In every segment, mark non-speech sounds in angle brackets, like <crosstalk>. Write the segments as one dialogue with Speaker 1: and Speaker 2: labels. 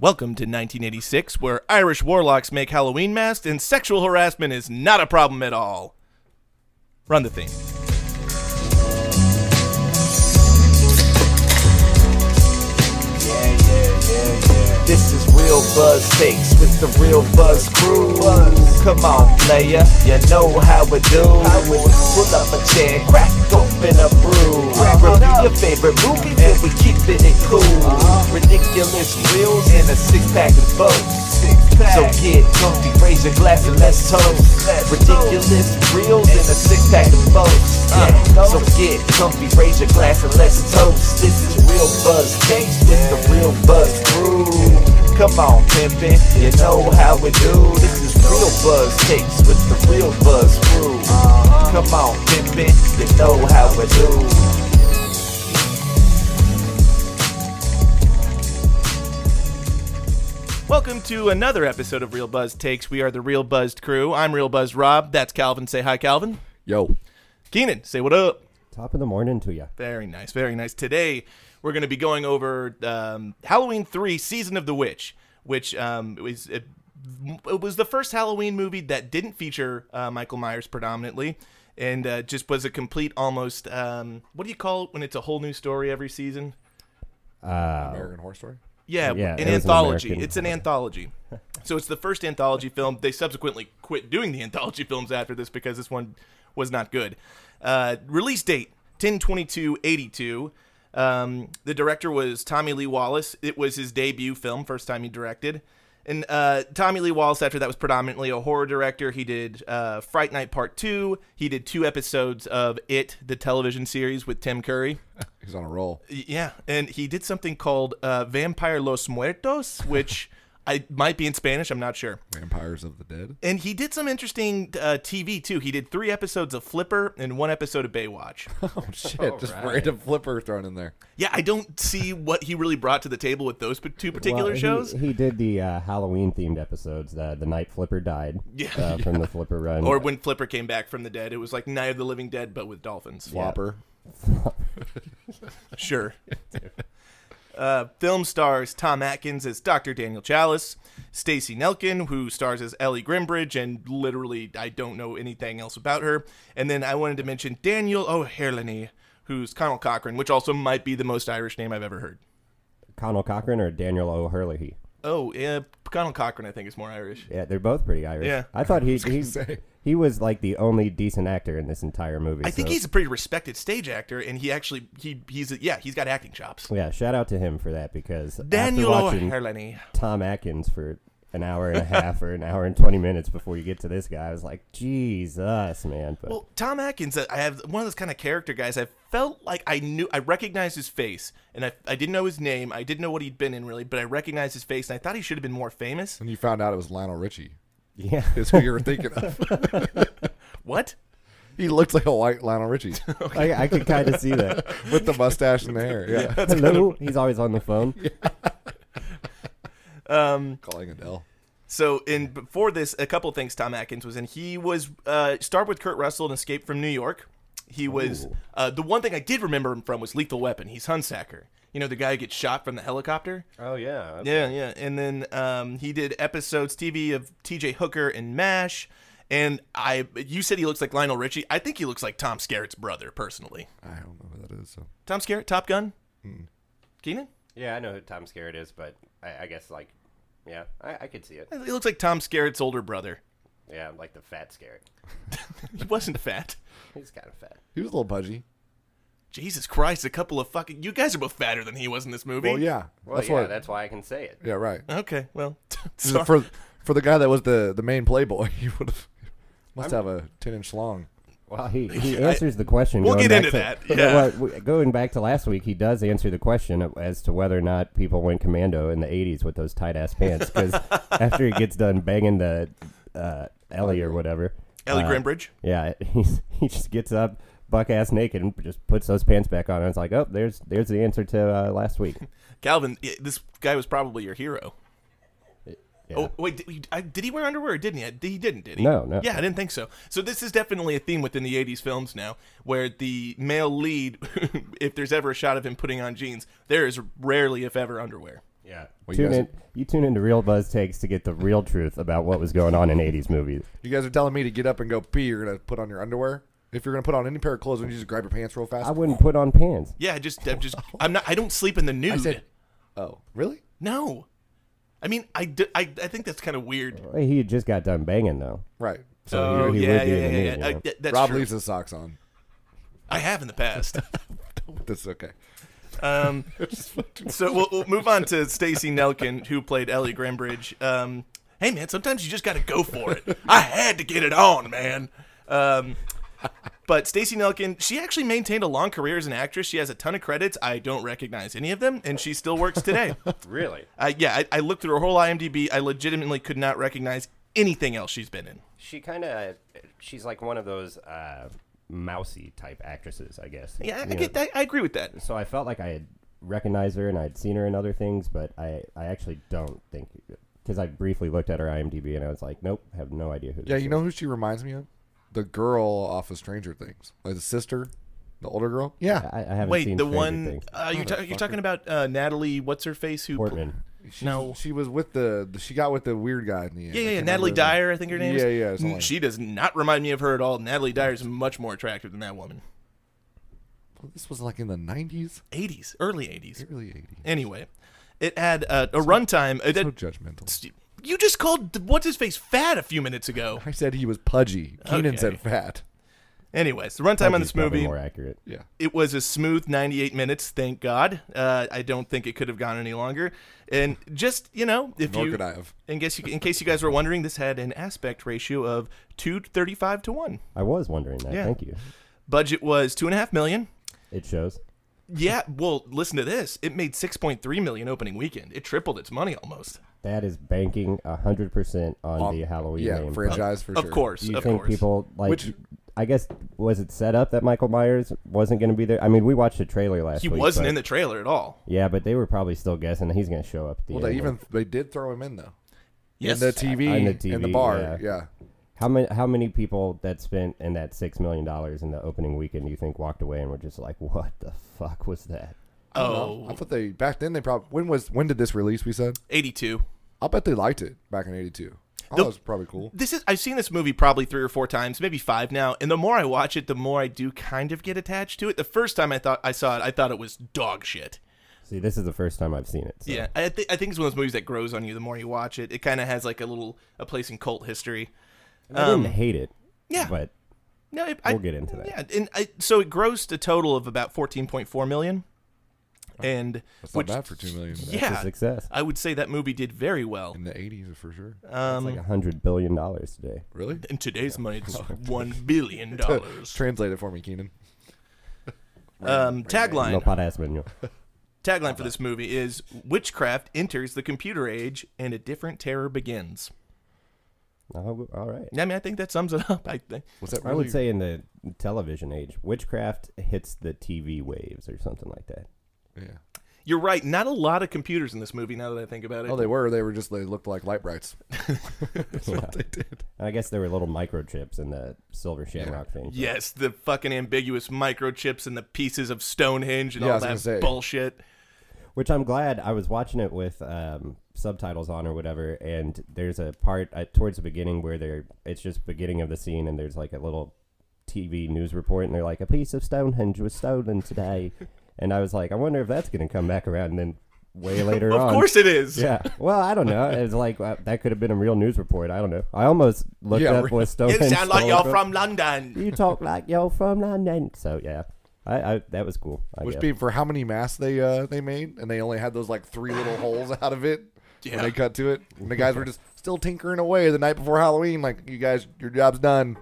Speaker 1: Welcome to 1986, where Irish warlocks make Halloween masks and sexual harassment is not a problem at all. Run the theme.
Speaker 2: This is real buzz takes with the real buzz crew. Come on, player, you know how we do. Pull up a chair, crack open a brew. Review your favorite movies and we keeping it cool. Ridiculous reels and a six pack of boats. So get comfy, raise your glass and let's toast. Ridiculous reels and a six pack of boats. So get comfy, raise your glass and let's toast. This is real buzz takes with the real buzz crew. Come on, pimpin', you know how we do. This is real buzz takes with the real buzz crew. Come on, pimpin', you know how we do.
Speaker 1: Welcome to another episode of Real Buzz Takes. We are the Real Buzzed crew. I'm Real Buzz Rob. That's Calvin. Say hi, Calvin.
Speaker 3: Yo.
Speaker 1: Keenan, say what up.
Speaker 4: Top of the morning to you.
Speaker 1: Very nice, very nice. Today we're going to be going over um, Halloween three: Season of the Witch, which um, is it, it was the first Halloween movie that didn't feature uh, Michael Myers predominantly, and uh, just was a complete almost um, what do you call it when it's a whole new story every season?
Speaker 4: Uh,
Speaker 3: American Horror Story?
Speaker 1: Yeah,
Speaker 4: Yeah,
Speaker 1: an
Speaker 4: it was an
Speaker 1: anthology.
Speaker 4: American-
Speaker 1: it's an anthology. So it's the first anthology film. They subsequently quit doing the anthology <laughs> films after this because this one was not good. Uh, release date 10 22 82. Um, the director was Tommy Lee Wallace. It was his debut film, first time he directed. And uh, Tommy Lee Wallace, after that, was predominantly a horror director. He did uh, Fright Night Part 2. He did two episodes of It, the television series with Tim Curry.
Speaker 3: He's on a roll.
Speaker 1: Yeah, and he did something called uh, Vampire Los Muertos, which I might be in Spanish. I'm not sure.
Speaker 3: Vampires of
Speaker 4: <laughs>
Speaker 3: the Dead.
Speaker 1: And he did some interesting uh, TV too. He did three episodes of Flipper and one episode of Baywatch. <laughs>
Speaker 3: Oh <laughs> shit! just random flipper thrown in there.
Speaker 1: yeah, I don't see what he really brought to the table with those pa- two particular
Speaker 4: Well, he-
Speaker 1: shows.
Speaker 4: <laughs> He, did the uh, Halloween themed episodes, the, the night Flipper died
Speaker 1: Yeah. <laughs>
Speaker 4: uh, from the Flipper run.
Speaker 1: or when Flipper came back from the dead, it was like Night of the Living Dead, but with dolphins.
Speaker 3: Flopper.
Speaker 1: Sure. Uh, film stars Tom Atkins as Dr. Daniel Chalice, Stacy Nelkin, who stars as Ellie Grimbridge, and literally I don't know anything else about her. And then I wanted to mention Daniel O'Herlihy, who's Connell Cochran, which also might be the most Irish name I've ever heard.
Speaker 4: Connell Cochran or Daniel O'Hurley.
Speaker 1: Oh, yeah, Connell Cochran, I think, is more Irish.
Speaker 4: Yeah, they're both pretty Irish.
Speaker 1: Yeah.
Speaker 4: I
Speaker 3: <laughs>
Speaker 4: thought he he,
Speaker 3: say.
Speaker 4: he was like the only decent actor in this entire movie.
Speaker 1: I think
Speaker 4: so-
Speaker 1: he's a pretty respected stage actor, and he actually he he's a, yeah he's got acting chops.
Speaker 4: yeah. Shout out to him for that because
Speaker 1: Daniel
Speaker 4: after watching
Speaker 1: O'Herlihy.
Speaker 4: Tom Atkins for an hour and a half or an hour and twenty minutes before you get to this guy, I was like, Jesus, man. But
Speaker 1: Well, Tom Atkins, uh, I have one of those kind of character guys. I felt like I knew, I recognized his face, and I, I didn't know his name. I didn't know what he'd been in really, but I recognized his face, and I thought he should have been more famous.
Speaker 3: And you found out it was Lionel Richie.
Speaker 1: <laughs>
Speaker 4: yeah,
Speaker 3: Is who you were thinking <laughs> of.
Speaker 1: What?
Speaker 3: he looks like a white Lionel <laughs> Richie
Speaker 4: I, I could kind of see that.
Speaker 3: with the mustache and the hair. Yeah.
Speaker 4: Hello, he's always on the phone.
Speaker 3: <laughs> Calling Adele.
Speaker 1: So, in before this, a couple of things Tom Atkins was in. He was uh, starred with Kurt Russell in Escape from New York. He was uh, the one thing I did remember him from was Lethal Weapon. He's Hunsacker. You know the guy who gets shot from the helicopter.
Speaker 4: Oh yeah,
Speaker 1: Yeah, yeah. And then um, he did episodes TV of TJ Hooker and MASH. And I, you said he looks like Lionel Richie. I think he looks like Tom Skerritt's brother, personally.
Speaker 3: I don't know who that is. So
Speaker 1: Tom Skerritt, Top Gun,
Speaker 3: Hmm.
Speaker 1: Keenan.
Speaker 5: Yeah, I know who Tom Skerritt is, but I, I guess like, yeah, I, I could see it.
Speaker 1: He looks like Tom Skerritt's older brother. <laughs>
Speaker 5: Yeah, like the fat Skerritt. <laughs>
Speaker 1: He wasn't fat.
Speaker 5: He's kind of fat.
Speaker 3: he was a little pudgy.
Speaker 1: Jesus Christ, a couple of fucking. You guys are both fatter than he was in this movie.
Speaker 3: Well, yeah.
Speaker 5: Well,
Speaker 3: that's
Speaker 5: yeah,
Speaker 3: what.
Speaker 5: that's why I can say it.
Speaker 1: <laughs>
Speaker 3: yeah, right.
Speaker 1: Okay, well,
Speaker 3: This is
Speaker 1: sorry.
Speaker 3: For for the guy that was the the main playboy, <laughs> he would have must have a ten inch long.
Speaker 5: <laughs>
Speaker 4: Well, he, he answers the question.
Speaker 1: We'll
Speaker 4: going
Speaker 1: get
Speaker 4: back
Speaker 1: into
Speaker 4: to- <laughs>
Speaker 1: that, yeah.
Speaker 4: well, w- going back to last week, he does answer the question as to whether or not people went commando in the '80s with those tight ass pants.
Speaker 5: <laughs>
Speaker 4: Because after he gets done banging the uh, Ellie or whatever,
Speaker 1: Ellie
Speaker 4: uh,
Speaker 1: Grimbridge.
Speaker 4: yeah, <laughs> he's, he just gets up, buck ass naked, and just puts those pants back on. And it's like, oh, there's there's the answer to uh, last week.
Speaker 1: Calvin, i- this guy was probably your hero.
Speaker 4: Yeah.
Speaker 1: Oh wait, did he, I, did he wear underwear? Or didn't he? I- He didn't, did he?
Speaker 4: No, no.
Speaker 1: Yeah, I didn't think so. So this is definitely a theme within the '80s films now, where the <laughs> male lead, if there's ever a shot of him putting on jeans, there is rarely, if ever, underwear.
Speaker 5: <laughs> Yeah.
Speaker 3: Well, you,
Speaker 4: Tune
Speaker 3: guys,
Speaker 4: in, you tune into Real Buzz Takes to get the real truth about what was going on in 80s movies.
Speaker 3: you guys are telling me to get up and go pee. You're gonna put on your underwear. If you're gonna put on any pair of clothes, would you just grab your pants real fast?
Speaker 4: I wouldn't put on pants.
Speaker 1: Yeah, I just I'm just I'm not I don't sleep in the nude.
Speaker 3: said- oh, really?
Speaker 1: no. I mean, I, d- I, I think that's kind of weird.
Speaker 4: Well, Oh, He had just got done banging, though.
Speaker 3: Right.
Speaker 4: So
Speaker 1: oh,
Speaker 4: he, he
Speaker 1: yeah,
Speaker 4: would be
Speaker 1: yeah,
Speaker 4: in
Speaker 1: yeah,
Speaker 4: the
Speaker 1: yeah,
Speaker 4: nude,
Speaker 1: I-
Speaker 4: you know.
Speaker 1: th- that's
Speaker 3: Rob
Speaker 1: true.
Speaker 3: leaves his socks on.
Speaker 1: I have in the past.
Speaker 3: That's okay.
Speaker 1: Um, so we'll, we'll move on to Stacy Nelkin, who played Ellie Grimbridge. Um, hey, man, sometimes you just got to go for it. I had to get it on, man. Um, but Stacy Nelkin, she actually maintained a long career as an actress. She has a ton of credits. I don't recognize any of them, and she still works
Speaker 4: <laughs>
Speaker 1: today.
Speaker 5: Really?
Speaker 1: uh, yeah, I, I looked through her whole IMDb. I legitimately could not recognize anything else she's been in.
Speaker 5: She kind of, she's like one of those uh, mousy type actresses, I guess.
Speaker 1: Yeah, I, I
Speaker 4: Yeah.
Speaker 1: get that. I agree with that.
Speaker 4: So I felt like I had recognized her and I'd seen her in other things, but I, I actually don't think because I briefly looked at her IMDb and I was like, nope, have no idea who.
Speaker 3: Yeah,
Speaker 4: this
Speaker 3: you
Speaker 4: is.
Speaker 3: know who she reminds me of? The girl off of Stranger Things, like the sister, the older girl. Yeah,
Speaker 4: I, I haven't
Speaker 1: Wait,
Speaker 4: seen
Speaker 1: the
Speaker 4: Stranger
Speaker 1: one
Speaker 4: Things.
Speaker 1: uh, you're, ta- you're talking about uh, Natalie, what's her face? Who
Speaker 4: Portman.
Speaker 3: She's-
Speaker 1: No.
Speaker 3: she was with the. the- She got with the weird guy in the end.
Speaker 1: Yeah,
Speaker 3: I
Speaker 1: yeah, yeah.
Speaker 3: can't
Speaker 1: Natalie
Speaker 3: remember her name.
Speaker 1: Dyer, I think her name
Speaker 3: Yeah,
Speaker 1: is. Mm,
Speaker 3: yeah, something like
Speaker 1: she does not remind me of her at all. Natalie Dyer is much more attractive than that woman.
Speaker 3: Well, this was like in the nineties,
Speaker 1: 80s, early 80s.
Speaker 3: early eighties.
Speaker 1: Anyway, it had uh, a runtime. it
Speaker 3: So
Speaker 1: had-
Speaker 3: judgmental.
Speaker 1: you just called what's his face fat a few minutes ago.
Speaker 3: I said he was pudgy. Keenan
Speaker 1: Okay.
Speaker 3: said fat.
Speaker 1: Anyways, the runtime on this
Speaker 4: He's probably
Speaker 1: movie
Speaker 4: more accurate.
Speaker 3: Yeah.
Speaker 1: it was a smooth 98 minutes. Thank God. Uh, I don't think it could have gone any longer. And just you know, if
Speaker 3: Nor
Speaker 1: you
Speaker 3: could I have.
Speaker 1: in case you in case you guys were wondering, this had an aspect ratio of two thirty five to one.
Speaker 4: I was wondering that.
Speaker 1: Yeah.
Speaker 4: Thank you.
Speaker 1: Budget was two and a half million.
Speaker 4: It shows.
Speaker 1: Yeah, well, listen to this. It made 6.3 million opening weekend. It tripled its money almost.
Speaker 4: That is banking hundred percent on
Speaker 3: Um,
Speaker 4: the Halloween
Speaker 3: yeah,
Speaker 4: name.
Speaker 3: franchise for
Speaker 1: of
Speaker 3: sure.
Speaker 1: course,
Speaker 4: Do you
Speaker 1: of
Speaker 4: think
Speaker 1: course.
Speaker 4: people like?
Speaker 3: Which-
Speaker 4: I guess was it set up that Michael Myers wasn't going to be there? I mean, we watched the trailer last
Speaker 1: he
Speaker 4: week.
Speaker 1: wasn't
Speaker 4: but-
Speaker 1: in the trailer at all.
Speaker 4: Yeah, but they were probably still guessing that he's going to show up. At the
Speaker 3: Well,
Speaker 4: end.
Speaker 3: they even they did throw him in though.
Speaker 1: Yes.
Speaker 3: In the TV,
Speaker 4: On the
Speaker 3: in the
Speaker 4: TV,
Speaker 3: bar.
Speaker 4: yeah.
Speaker 3: Yeah.
Speaker 4: how many how many people that spent in that six million dollars in the opening weekend do you think walked away and were just like, what the fuck was that?
Speaker 1: oh,
Speaker 3: I thought they back then they probably when was when did this release? We said
Speaker 1: 82.
Speaker 3: I bet they liked it back in '82. I thought
Speaker 1: The-
Speaker 3: it was probably cool.
Speaker 1: This is I've seen this movie probably 3 or 4 times, maybe 5 now, and the more I watch it, the more I do kind of get attached to it. The first time I thought I saw it, I thought it was dog shit.
Speaker 4: See, this is the first time I've seen it. So.
Speaker 1: Yeah, I, th- I think it's one of those movies that grows on you the more you watch it. It kind of has like a little a place in cult history.
Speaker 4: I didn't hate it.
Speaker 1: um, yeah.
Speaker 4: but
Speaker 1: No, it, I,
Speaker 4: We'll get into that.
Speaker 1: Yeah, and I, so it grossed a total of about 14.4 million. And
Speaker 3: Oh, That's
Speaker 1: which
Speaker 3: not bad for two million.
Speaker 4: it's
Speaker 1: yeah,
Speaker 4: a success.
Speaker 1: I would say that movie did very well.
Speaker 3: In the '80s, for sure.
Speaker 1: Uh, Um,
Speaker 4: It's like a hundred billion dollars today.
Speaker 3: Really?
Speaker 1: In today's money, it's one billion dollars.
Speaker 3: <laughs> Translate it for me, Keenan.
Speaker 1: Um,
Speaker 4: No
Speaker 1: tagline: <laughs>
Speaker 4: para español.
Speaker 1: Tagline for this movie is "Witchcraft enters the computer age, and a different terror begins."
Speaker 4: Oh, all right.
Speaker 1: I mean, I think that sums it <laughs> up. I think.
Speaker 3: Was that
Speaker 4: I
Speaker 3: really?
Speaker 4: would say in the television age, witchcraft hits the TV waves or something like that.
Speaker 3: Yeah.
Speaker 1: You're right. Not a lot of computers in this movie. Now that I think about it,
Speaker 3: Oh, they were. They were just. They looked like light brights.
Speaker 4: I guess there were little microchips in the silver shamrock thing.
Speaker 1: yes, the fucking ambiguous microchips and the pieces of Stonehenge and
Speaker 3: Yeah, I
Speaker 1: all
Speaker 3: was gonna
Speaker 1: that
Speaker 3: say.
Speaker 1: bullshit.
Speaker 4: which I'm glad I was watching it with um, subtitles on or whatever. And there's a part uh, towards the beginning where they're it's just beginning of the scene, and there's like a little TV news report, and they're like a piece of Stonehenge was
Speaker 1: <laughs>
Speaker 4: stolen today, and I was like, I wonder if that's gonna come back around. And then
Speaker 1: <laughs>
Speaker 4: way later
Speaker 1: Of
Speaker 4: on,
Speaker 1: course it is.
Speaker 4: Yeah. Well, I don't know. It's like uh, that could have been a real news report. I don't know. I almost looked
Speaker 3: Yeah,
Speaker 1: <laughs>
Speaker 4: up
Speaker 3: re-
Speaker 4: what
Speaker 1: You
Speaker 4: Stonehenge.
Speaker 1: sound like
Speaker 4: stolen
Speaker 1: you're from London.
Speaker 4: You talk like you're from London. So yeah, I, I that was cool. I
Speaker 3: Which
Speaker 4: guess.
Speaker 3: being for how many masks they uh they made, and they only had those like three little holes out of it
Speaker 1: Yeah.
Speaker 3: when they cut to it. And the guys were just still tinkering away the night before Halloween. Like, you guys, your job's done.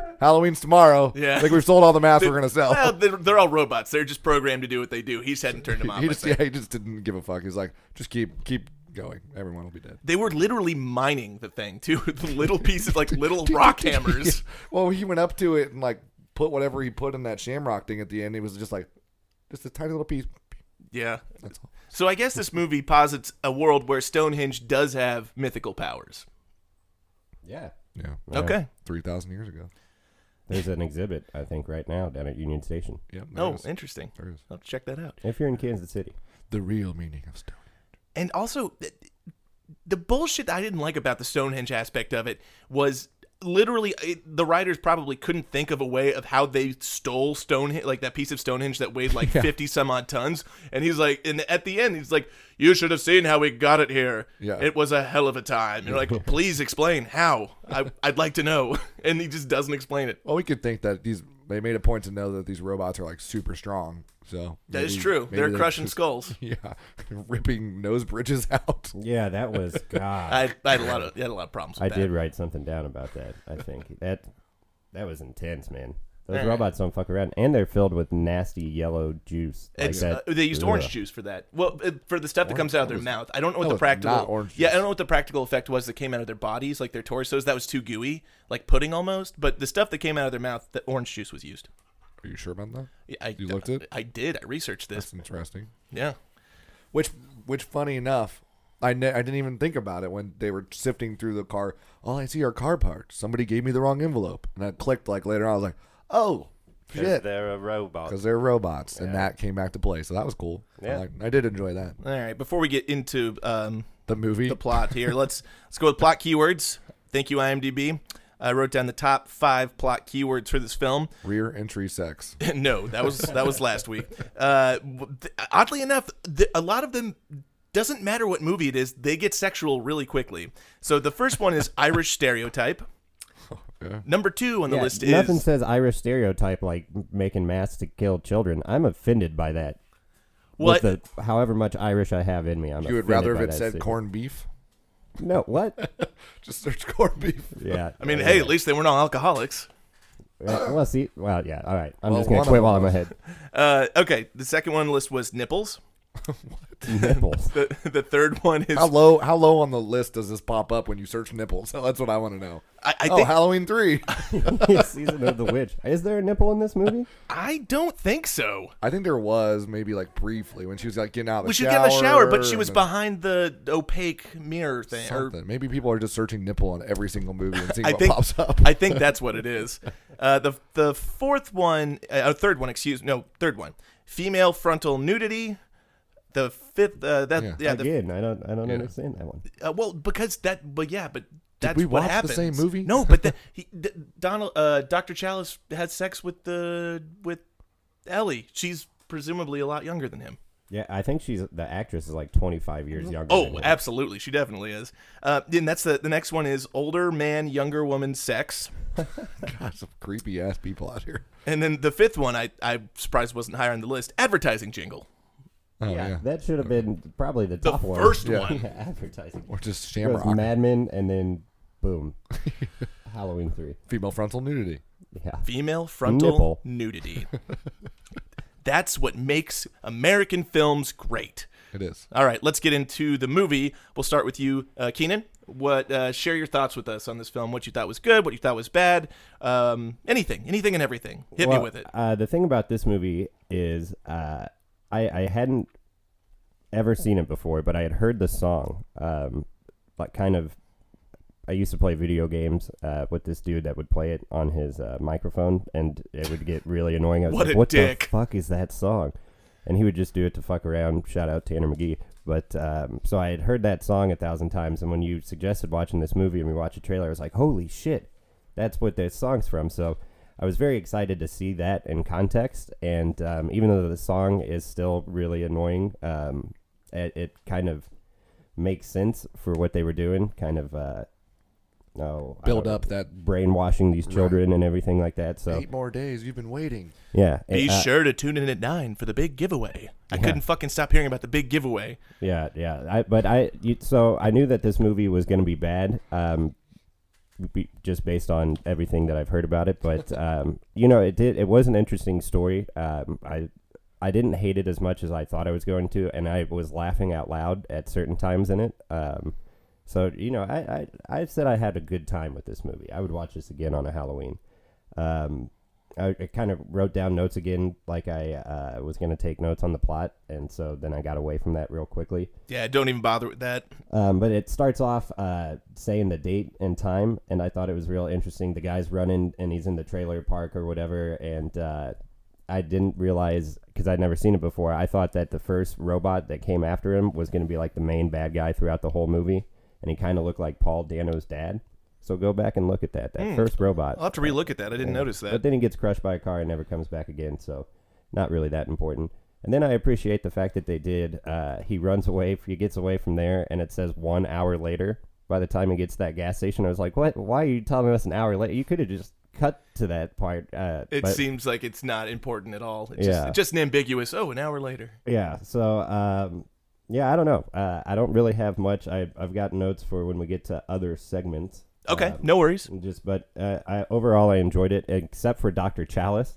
Speaker 3: <laughs> Halloween's tomorrow.
Speaker 1: Yeah.
Speaker 3: I think we've sold all the masks we're gonna
Speaker 1: <laughs>
Speaker 3: sell.
Speaker 1: Well, they're, they're all robots. They're just programmed to do what they do. He just hadn't turned
Speaker 3: <laughs>
Speaker 1: them on.
Speaker 3: he
Speaker 1: I
Speaker 3: just
Speaker 1: think.
Speaker 3: yeah, he just didn't give a fuck. He's like, just keep keep going. Everyone will be dead.
Speaker 1: They were literally mining the thing too. <laughs> with
Speaker 3: <laughs>
Speaker 1: little pieces, like little <laughs> rock hammers.
Speaker 3: Well, he went up to it and like put whatever he put in that shamrock thing at the end. He was just like, just a tiny little piece.
Speaker 1: Yeah. So I guess this movie posits a world where Stonehenge does have mythical powers.
Speaker 4: yeah.
Speaker 3: Yeah,
Speaker 1: Okay.
Speaker 3: three thousand years ago.
Speaker 4: There's an exhibit, I think, right now down at Union Station.
Speaker 3: Yeah. there
Speaker 1: Oh,
Speaker 3: it is.
Speaker 1: interesting.
Speaker 3: There it is.
Speaker 1: I'll check that out.
Speaker 4: If you're in Kansas City,
Speaker 3: the real meaning of stone.
Speaker 1: and also th- the bullshit that I didn't like about the Stonehenge aspect of it was literally it, the writers probably couldn't think of a way of how they stole Stonehenge, like that piece of Stonehenge that weighed
Speaker 3: <laughs>
Speaker 1: like fifty some odd tons. And he's like, and at the end, he's like, "You should have seen how we got it here.
Speaker 3: Yeah.
Speaker 1: It was a hell of a time." And you're
Speaker 3: <laughs>
Speaker 1: like, "Please explain how. I, I'd like to know." <laughs> And he just doesn't explain it.
Speaker 3: Well, we could think that these they made a point to know that these robots are like super strong. So
Speaker 1: That is
Speaker 3: maybe-
Speaker 1: true.
Speaker 3: maybe
Speaker 1: They're
Speaker 3: they- <laughs>
Speaker 1: crushing skulls.
Speaker 3: Yeah, ripping nose bridges <laughs> out.
Speaker 4: Yeah, that <laughs> was God.
Speaker 1: I, I had a lot of I had a lot of problems.
Speaker 4: I
Speaker 1: With that.
Speaker 4: did write something down about that. I think that that was intense, man. Those robots don't fuck around, and they're filled with nasty yellow juice. Like
Speaker 1: It's,
Speaker 4: that.
Speaker 1: uh, they used orange
Speaker 4: Ugh.
Speaker 1: juice for that. Well, uh, for the stuff that comes out of their mouth. I don't know what
Speaker 3: that
Speaker 1: the
Speaker 3: was
Speaker 1: practical.
Speaker 3: not orange
Speaker 1: Yeah, I
Speaker 3: juice.
Speaker 1: don't know what the practical effect was that came out of their bodies, like their torsos. That was too gooey, like pudding almost. But the stuff that came out of their mouth, the orange juice was used.
Speaker 3: Are you sure about that?
Speaker 1: Yeah, I,
Speaker 3: You looked it?
Speaker 1: I did. I researched this.
Speaker 3: That's interesting.
Speaker 1: Yeah.
Speaker 3: Which, which, funny enough, I ne- I didn't even think about it when they were sifting through the car. All I see are car parts. Somebody gave me the wrong envelope, and I clicked like later on. I was like, oh
Speaker 5: Because
Speaker 3: shit,
Speaker 5: they're a robot.
Speaker 3: because they're robots, and that came back to play. So that was cool. I,
Speaker 5: Yeah.
Speaker 3: like- I did enjoy that.
Speaker 1: All right. Before we get into um,
Speaker 3: The movie.
Speaker 1: the plot here, <laughs> let's let's go with plot keywords. Thank you, IMDb. I wrote down the top five plot keywords for this film.
Speaker 3: Rear entry sex.
Speaker 1: <laughs> no, that was that was last week. Uh, w- th- oddly enough, th- a lot of them doesn't matter what movie it is; they get sexual really quickly. So the first one is Irish stereotype. Number two on the
Speaker 4: Yeah,
Speaker 1: list
Speaker 4: nothing
Speaker 1: is
Speaker 4: says Irish stereotype like m- making masks to kill children. I'm offended by that.
Speaker 1: what?
Speaker 4: With the, however much Irish I have in me, I'm.
Speaker 3: You would
Speaker 4: offended
Speaker 3: rather
Speaker 4: by
Speaker 3: if it
Speaker 4: that
Speaker 3: said
Speaker 4: statement.
Speaker 3: corned beef?
Speaker 4: No,
Speaker 3: <laughs>
Speaker 4: what?
Speaker 3: Just search corned beef.
Speaker 4: Yeah.
Speaker 1: I mean, hey, at least they weren't all alcoholics.
Speaker 4: Yeah, well, see, well, yeah, all right. I'm
Speaker 3: Well,
Speaker 4: just gonna
Speaker 3: one
Speaker 4: quit
Speaker 3: of
Speaker 4: while
Speaker 3: them
Speaker 4: I'm ahead.
Speaker 1: Uh, okay, the second one on the list was nipples.
Speaker 4: Nipples.
Speaker 1: The the third one is
Speaker 3: How low? How low on the list does this pop up when you search nipples? <laughs> That's what I want to know.
Speaker 1: I, I
Speaker 3: oh,
Speaker 1: think
Speaker 3: Halloween three.
Speaker 4: <laughs>
Speaker 3: <laughs>
Speaker 4: Season of the Witch. Is there a nipple in this movie?
Speaker 1: I don't think so.
Speaker 3: I think there was maybe like briefly when she was like getting out. Of the
Speaker 1: Well, she
Speaker 3: shower,
Speaker 1: was getting a shower, but she
Speaker 3: and
Speaker 1: was
Speaker 3: then
Speaker 1: behind the opaque mirror thing. or-
Speaker 3: Something. Maybe people are just searching nipple on every single
Speaker 1: <laughs>
Speaker 3: movie and seeing
Speaker 1: I
Speaker 3: what
Speaker 1: think
Speaker 3: pops up. <laughs>
Speaker 1: I think that's what it is. Uh, the the fourth one, uh, uh, third one, excuse no, third one, female frontal nudity. The fifth, uh, that yeah,
Speaker 3: Yeah.
Speaker 1: the,
Speaker 4: Again, I don't, I don't understand that one.
Speaker 1: uh, well, because that, but yeah, but that's
Speaker 3: we
Speaker 1: what
Speaker 3: watch the
Speaker 1: happens.
Speaker 3: same movie?
Speaker 1: No, but
Speaker 3: <laughs>
Speaker 1: the, he, the, Donald, uh, Doctor Chalice had sex with the with Ellie. She's presumably a lot younger than him.
Speaker 4: Yeah, I think she's the actress is like 25 years younger. than
Speaker 1: Oh,
Speaker 4: him.
Speaker 1: absolutely, she definitely is. Uh, then that's the the next one is older man, younger woman, sex.
Speaker 3: God, some creepy ass people out here.
Speaker 1: And then the fifth one, I I'm surprised wasn't higher on the list. Advertising jingle,
Speaker 3: Oh yeah,
Speaker 4: that should have been probably the
Speaker 1: the
Speaker 4: top one.
Speaker 1: first
Speaker 3: Yeah.
Speaker 1: one.
Speaker 4: Yeah, <laughs> advertising.
Speaker 3: or just
Speaker 4: It was
Speaker 3: shamrock
Speaker 4: Mad Men, and then
Speaker 3: <laughs>
Speaker 4: boom, Halloween three.
Speaker 3: female frontal nudity.
Speaker 4: Yeah,
Speaker 1: female frontal
Speaker 4: Nipple.
Speaker 1: nudity. <laughs> That's what makes American films great.
Speaker 3: It is.
Speaker 1: All right, let's get into the movie. We'll start with you, uh, Keenan. What uh, share your thoughts with us on this film? What you thought was good, what you thought was bad, um, anything, anything and everything. Hit
Speaker 4: Well,
Speaker 1: me with it.
Speaker 4: Uh, the thing about this movie is, uh, I, I hadn't ever seen it before, but I had heard the song. Um, like kind of, I used to play video games uh, with this dude that would play it on his uh, microphone, and it would get really annoying. I was
Speaker 1: What
Speaker 4: like,
Speaker 1: a
Speaker 4: "What
Speaker 1: dick."
Speaker 4: the fuck is that song?" And he would just do it to fuck around. Shout out Tanner McGee. But um, so I had heard that song a thousand times, and when you suggested watching this movie and we watched a trailer, I was like, "Holy shit, that's what this song's from." So I was very excited to see that in context. And um, even though the song is still really annoying, um, it, it kind of makes sense for what they were doing. Kind of, uh, oh, I
Speaker 3: Build
Speaker 4: don't
Speaker 3: up
Speaker 4: know,
Speaker 3: that
Speaker 4: brainwashing these children and everything like that. So
Speaker 3: eight more days. You've been waiting.
Speaker 4: yeah,
Speaker 1: Be
Speaker 4: and, uh,
Speaker 1: sure to tune in at nine for the big giveaway. I couldn't fucking stop hearing about the big giveaway.
Speaker 4: Yeah, yeah. I but I you, so I knew that this movie was going to be bad, um, be, just based on everything that I've heard about it. But um, you know, it did. It was an interesting story. Um, I I didn't hate it as much as I thought I was going to, and I was laughing out loud at certain times in it. Um, so you know, I, I I said I had a good time with this movie. I would watch this again on a Halloween. Um, I, I kind of wrote down notes again, like I uh, was going to take notes on the plot, and so then I got away from that real quickly.
Speaker 1: Yeah, don't even bother with that.
Speaker 4: Um, but it starts off uh, saying the date and time, and I thought it was real interesting. The guy's running, and he's in the trailer park or whatever, and uh, I didn't realize because I'd never seen it before. I thought that the first robot that came after him was going to be like the main bad guy throughout the whole movie, and he kind of looked like Paul Dano's dad. So go back and look at that. That first robot.
Speaker 1: I'll have to relook at that. I didn't notice
Speaker 4: Eh, But
Speaker 1: that.
Speaker 4: then he gets crushed by a car and never comes back again, so not really that important. And then I appreciate the fact that they did. Uh, he runs away, he gets away from there, and it says one hour later. By the time he gets to that gas station, I was like, "What? Why are you telling us an hour later? You could have just cut to that part." Uh,
Speaker 1: It
Speaker 4: but-
Speaker 1: seems like it's not important at all. It's
Speaker 4: Yeah.
Speaker 1: just, just an ambiguous. Oh, an hour later.
Speaker 4: yeah. So, um, yeah, I don't know. Uh, I don't really have much. I, I've got notes for when we get to other segments.
Speaker 1: Okay,
Speaker 4: Um,
Speaker 1: no worries.
Speaker 4: just but uh, I overall I enjoyed it except for Doctor Chalice.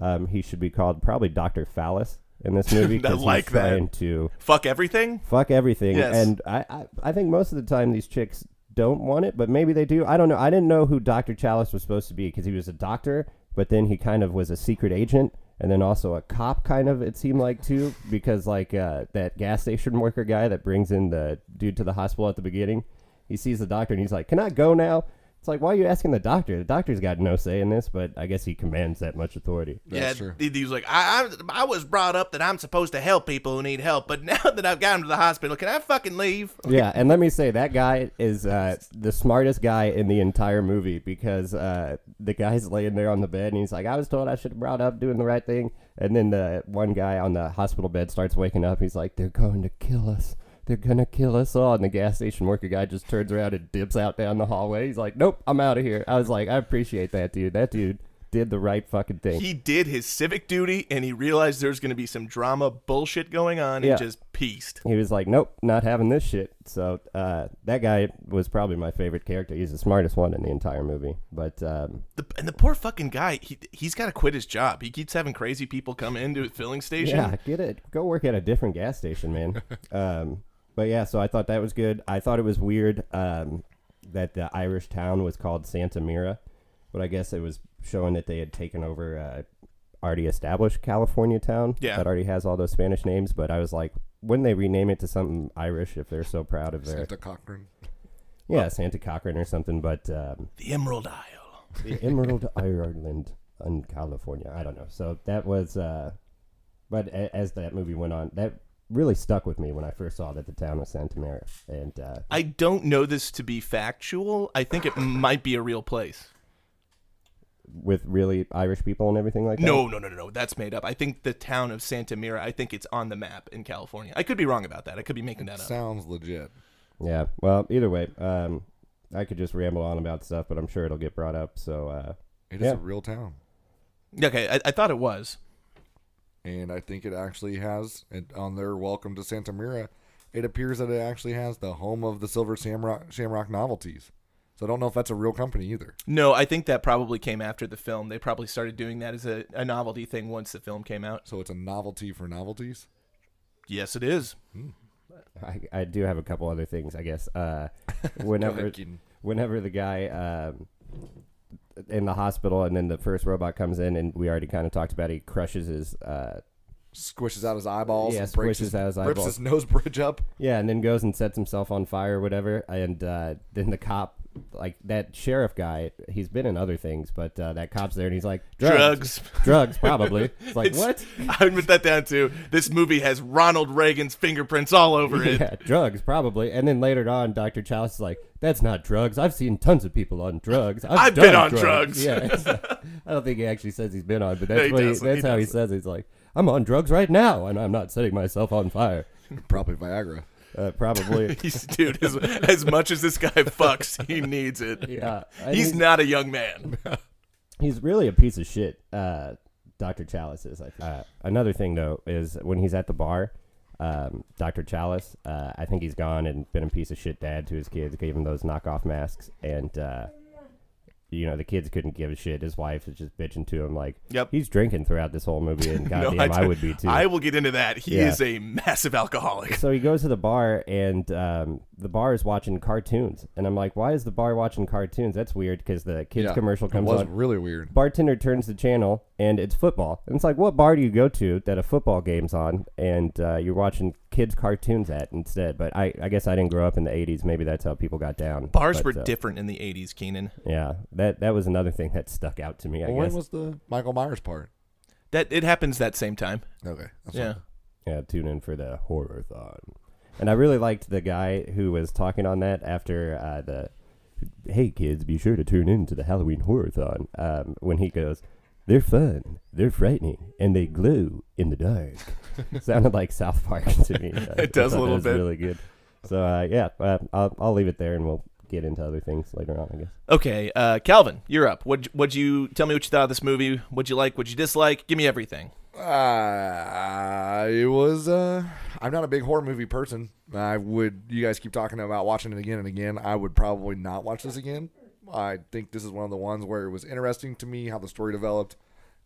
Speaker 4: Um, he should be called probably Doctor Phallus in this
Speaker 1: <laughs>
Speaker 4: movie.
Speaker 1: I
Speaker 4: 'cause he's
Speaker 1: like that.
Speaker 4: Trying to
Speaker 1: Fuck everything.
Speaker 4: fuck everything,
Speaker 1: Yes.
Speaker 4: and I, I I think most of the time these chicks don't want it, but maybe they do. I don't know. I didn't know who Doctor Chalice was supposed to be because he was a doctor, but then he kind of was a secret agent. And then also a cop, kind of it seemed like too, because like uh, that gas station worker guy that brings in the dude to the hospital at the beginning, he sees the doctor and he's like, "Can I go now?" It's like, why are you asking the doctor? The doctor's got no say in this, but I guess he commands that much authority.
Speaker 1: Yeah,
Speaker 3: That's true.
Speaker 1: he- he was like, I, I, I was brought up that I'm supposed to help people who need help, but <laughs> now that I've gotten to the hospital, can I fucking leave?
Speaker 4: Yeah, and let me say that guy is uh, the smartest guy in the entire movie because uh, the guy's laying there on the bed and he's like, "I was told I should have brought up doing the right thing," and then the one guy on the hospital bed starts waking up. He's like, "They're going to kill us." They're gonna kill us all, and the gas station worker guy just turns around and dips out down the hallway. He's like, "Nope, I'm out of here." I was like, "I appreciate that dude. That dude did the right fucking thing."
Speaker 1: He did his civic duty and he realized there's going to be some drama bullshit going on
Speaker 4: Yeah.
Speaker 1: and just pieced.
Speaker 4: he was like, "Nope, not having this shit." So uh, that guy was probably my favorite character. He's the smartest one in the entire movie. But um,
Speaker 1: The, and the poor fucking guy, he, he's got to quit his job. He keeps having crazy people come into a filling station.
Speaker 4: yeah, get it. Go work at a different gas
Speaker 1: <laughs>
Speaker 4: station, man. um, but yeah, so I thought that was good. I thought it was weird um, that the Irish town was called Santa Mira, but I guess it was showing that they had taken over uh, already established California town
Speaker 1: Yeah.
Speaker 4: that already has all those Spanish names. But I was like, wouldn't they rename it to something Irish if they're so proud of their
Speaker 3: Santa Cochran.
Speaker 4: yeah Santa Cochran or something? But um,
Speaker 1: The Emerald Isle.
Speaker 4: the Emerald <laughs> Ireland in California. I don't know. So that was, uh, but a- as that movie went on, that really stuck with me when I first saw that the town was Santa Maria. And uh,
Speaker 1: I don't know this to be factual. I think it might be a real place.
Speaker 4: with really Irish people and everything like that.
Speaker 1: No, no, no, no, no. That's made up. I think the town of Santa Mira, I think it's on the map in California. I could be wrong about that. I could be making that up.
Speaker 3: Sounds legit.
Speaker 4: Yeah. Well, either way, um, I could just ramble on about stuff, but I'm sure it'll get brought up. So uh,
Speaker 3: It is
Speaker 4: Yeah.
Speaker 3: a real town,
Speaker 1: Okay, I, I thought it was.
Speaker 3: and I think it actually has it on their welcome to Santa Mira. It appears that it actually has the home of the Silver Shamrock, Shamrock Novelties. So I don't know if that's a real company either.
Speaker 1: No, I think that probably came after the film. They probably started doing that as a, a novelty thing once the film came out.
Speaker 3: So it's a novelty for novelties.
Speaker 1: Yes, it is.
Speaker 4: I, I do have a couple other things, I guess. Uh, whenever,
Speaker 3: ahead, Keaton.
Speaker 4: whenever the guy um, in the hospital, and then the first robot comes in, and we already kind of talked about, it, he crushes his. Uh,
Speaker 3: Squishes out his eyeballs.
Speaker 4: Yeah,
Speaker 3: and breaks
Speaker 4: squishes out his
Speaker 3: Rips
Speaker 4: eyeballs.
Speaker 3: his nose bridge up. <laughs>
Speaker 4: Yeah, and then goes and sets himself on fire or whatever. And uh, then the cop, like that sheriff guy, he's been in other things, but uh, that cop's there and he's like, drugs.
Speaker 1: Drugs. <laughs>
Speaker 4: Drugs, probably. It's like,
Speaker 1: It's-
Speaker 4: what?
Speaker 1: I would put that down to this movie has Ronald Reagan's fingerprints all over it.
Speaker 4: Yeah, drugs, probably. And then later on, Dr. Chalice is like, that's not drugs. I've seen tons of people on drugs. I've,
Speaker 1: I've been on
Speaker 4: done
Speaker 1: drugs."
Speaker 4: Yeah. it's like- I don't think he actually says he's been on, but
Speaker 1: No,
Speaker 4: that's,
Speaker 1: he
Speaker 4: what he-
Speaker 1: doesn't. He
Speaker 4: that's how he says it. He's like, I'm on drugs right now, and I'm not setting myself on fire.
Speaker 3: Probably Viagra.
Speaker 4: Uh,
Speaker 1: <laughs>
Speaker 4: probably.
Speaker 1: <laughs> He's, dude, as, as much as this guy fucks, he needs it.
Speaker 4: Yeah. and
Speaker 1: He's not a young man.
Speaker 4: he's really a piece of shit. Uh, Dr. Chalice is. I think. Uh, another thing though is when he's at the bar, um, Dr. Chalice. Uh, I think he's gone and been a piece of shit dad to his kids. Gave him those knockoff masks, and uh, you know the kids couldn't give a shit. His wife is just bitching to him like,
Speaker 1: Yep.
Speaker 4: he's drinking throughout this whole movie, and
Speaker 1: No,
Speaker 4: <laughs> goddamn, I,
Speaker 1: don't-
Speaker 4: would be too."
Speaker 1: I <laughs> will get into that. He
Speaker 4: Yeah.
Speaker 1: is a massive alcoholic.
Speaker 4: so he goes to the bar and um, the bar is watching cartoons and i'm like why is the bar watching cartoons that's weird because the kids
Speaker 3: Yeah,
Speaker 4: commercial
Speaker 3: It
Speaker 4: comes
Speaker 3: was
Speaker 4: on
Speaker 3: really weird.
Speaker 4: bartender turns the channel and it's football. And it's like, what bar do you go to that a football game's on and uh, you're watching kids' cartoons at instead? But I, I guess I didn't grow up in the 80s. Maybe that's how people got down.
Speaker 1: Bars
Speaker 4: But,
Speaker 1: were
Speaker 4: uh,
Speaker 1: different in the 80s, Keenan.
Speaker 4: Yeah, that that was another thing that stuck out to me. I
Speaker 3: Well, when
Speaker 4: guess
Speaker 3: was the Michael Myers part?
Speaker 1: That it happens that same time.
Speaker 3: Okay. That's
Speaker 1: Yeah.
Speaker 4: Yeah, tune in for the horror thon. And I really liked the guy who was talking on that after uh, the. Hey kids, be sure to tune in to the Halloween Horrorthon. Um, when he goes, they're fun, they're frightening, and they glow in the dark.
Speaker 1: <laughs>
Speaker 4: Sounded like South Park to me. I
Speaker 1: does a
Speaker 4: thought that
Speaker 1: little
Speaker 4: was
Speaker 1: bit.
Speaker 4: Really good. So uh, yeah, uh, I'll, I'll leave it there, and we'll get into other things later on. I guess.
Speaker 1: Okay, uh, Calvin, you're up. What would you tell me what you thought of this movie? What'd you like? What'd you dislike? Give me everything.
Speaker 3: Uh, it was. Uh, I'm not a big horror movie person. I would. You guys keep talking about watching it again and again. I would probably not watch this again. I think this is one of the ones where it was interesting to me how the story developed,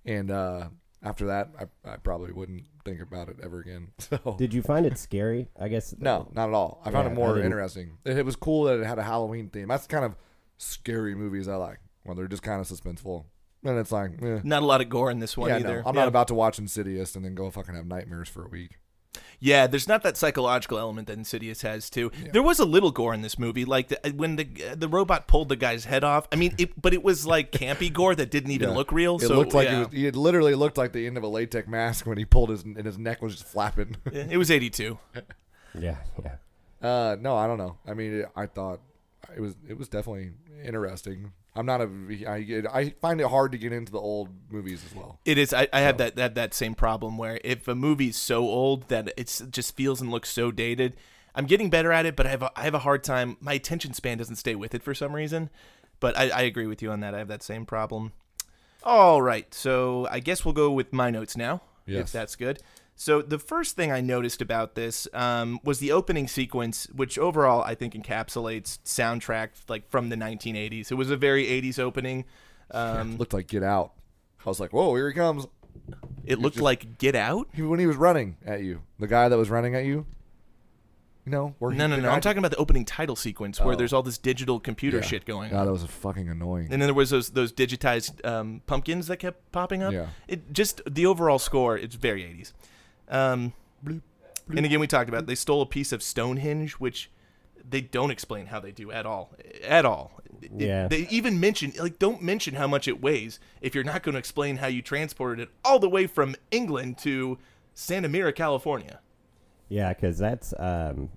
Speaker 3: and uh, after that, I, I probably wouldn't think about it ever again. <laughs> So
Speaker 4: Did you find it scary? I guess.
Speaker 3: no, not at all. I found
Speaker 4: Yeah,
Speaker 3: it
Speaker 4: I
Speaker 3: more
Speaker 4: didn't-
Speaker 3: interesting. It, it was cool that it had a Halloween theme. That's the kind of scary movies I like. Well, they're just kind of suspenseful, and it's like, eh.
Speaker 1: Not a lot of gore in this one
Speaker 3: yeah, no,
Speaker 1: either.
Speaker 3: I'm
Speaker 1: yeah.
Speaker 3: not about to watch Insidious and then go fucking have nightmares for a week.
Speaker 1: Yeah, there's not that psychological element that Insidious has too. There was a little gore in this movie, like the, uh, when the the robot pulled the guy's head off. I mean, it, but it was like campy gore that didn't even
Speaker 3: Yeah.
Speaker 1: look real.
Speaker 3: It
Speaker 1: so
Speaker 3: looked like
Speaker 1: yeah.
Speaker 3: it, was, it literally looked like the end of a latex mask when he pulled his and his neck was just flapping.
Speaker 1: <laughs> Yeah, it was 82.
Speaker 4: Yeah, yeah.
Speaker 3: uh, no, I don't know. I mean, it, I thought it was it was definitely interesting. I'm not a I, I find it hard to get into the old movies as well.
Speaker 1: It is. I, I have that, that that same problem where if a movie's so old that it's it just feels and looks so dated, I'm getting better at it, but I have a, I have a hard time. My attention span doesn't stay with it for some reason. But I, I agree with you on that. I have that same problem. All right, so I guess we'll go with my notes now, if
Speaker 3: Yes.
Speaker 1: that's good. So the first thing I noticed about this um, was the opening sequence, which overall I think encapsulates soundtrack like from the 1980s. It was a very 80s opening. Um,
Speaker 3: It looked like Get Out. I was like, whoa, here he comes.
Speaker 1: It looked
Speaker 3: just-
Speaker 1: like Get Out.
Speaker 3: He, when he was running at you, the guy that was running at you. You know, where he-
Speaker 1: No, no,
Speaker 3: the
Speaker 1: no.
Speaker 3: guy-
Speaker 1: I'm talking about the opening title sequence where
Speaker 3: Oh.
Speaker 1: there's all this digital computer shit going on.
Speaker 3: God, that was fucking annoying.
Speaker 1: And then there was those those digitized um, pumpkins that kept popping up.
Speaker 3: Yeah.
Speaker 1: It just the overall score. It's very 80s. Um, and again, we talked about they stole a piece of Stonehenge, which they don't explain how they do at all, at all. It-
Speaker 4: Yeah.
Speaker 1: They even mention like don't mention how much it weighs if you're not going to explain how you transported it all the way from England to Santa Mira, California.
Speaker 4: Yeah, because that's um,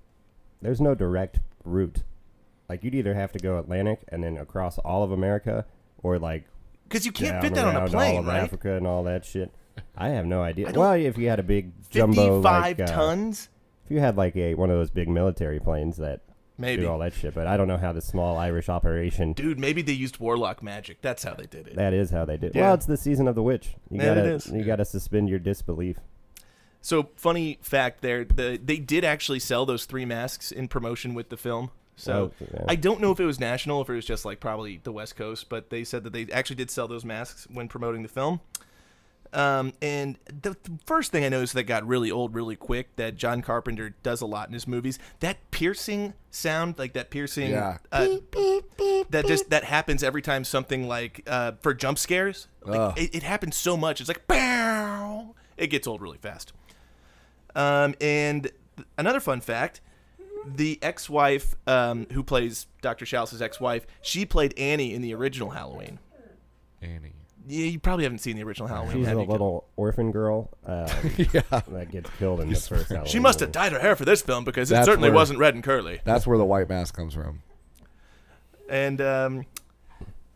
Speaker 4: there's no direct route. Like you'd either have to go Atlantic and then across all of America, or like
Speaker 1: Because you can't
Speaker 4: down
Speaker 1: fit that on a
Speaker 4: around all
Speaker 1: plane,
Speaker 4: of
Speaker 1: right?
Speaker 4: Africa and all that shit. I have no idea.
Speaker 1: don't-
Speaker 4: Well, if you had a big jumbo,
Speaker 1: 55
Speaker 4: like, uh,
Speaker 1: tons?
Speaker 4: if you had like a one of those big military planes that
Speaker 1: Maybe.
Speaker 4: do all that shit, but I don't know how the small Irish operation.
Speaker 1: Dude, maybe they used warlock magic. That's how they did it.
Speaker 4: That is how they did.
Speaker 1: Yeah.
Speaker 4: Well, it's the season of the witch. You
Speaker 1: Yeah, it
Speaker 4: gotta,
Speaker 1: is.
Speaker 4: you gotta suspend your disbelief.
Speaker 1: So funny fact there, the they did actually sell those three masks in promotion with the film. So
Speaker 4: Oh, yeah.
Speaker 1: I don't know if it was national, if it was just like probably the West Coast, but they said that they actually did sell those masks when promoting the film. Um, and the th- first thing I noticed that got really old really quick that John Carpenter does a lot in his movies that piercing sound, like that piercing,
Speaker 3: Yeah.
Speaker 1: uh, that just that happens every time something like uh, for jump scares,
Speaker 3: Ugh.
Speaker 1: like, it, it happens so much. It's like pow, it gets old really fast. Um, and th- another fun fact: the ex-wife um, who plays Dr. Schaus's ex-wife, she played Annie in the original Halloween. <laughs>
Speaker 3: Annie.
Speaker 1: Yeah, you probably haven't seen the original Halloween.
Speaker 4: She's a
Speaker 1: have you?
Speaker 4: little orphan girl
Speaker 1: <laughs>
Speaker 4: uh, that gets killed in the first.
Speaker 1: She
Speaker 4: Halloween
Speaker 1: must have
Speaker 4: movie.
Speaker 1: dyed her hair for this film because it
Speaker 3: That's
Speaker 1: certainly
Speaker 3: where-
Speaker 1: wasn't red and curly.
Speaker 3: <laughs> That's where the white mask comes from.
Speaker 1: And um,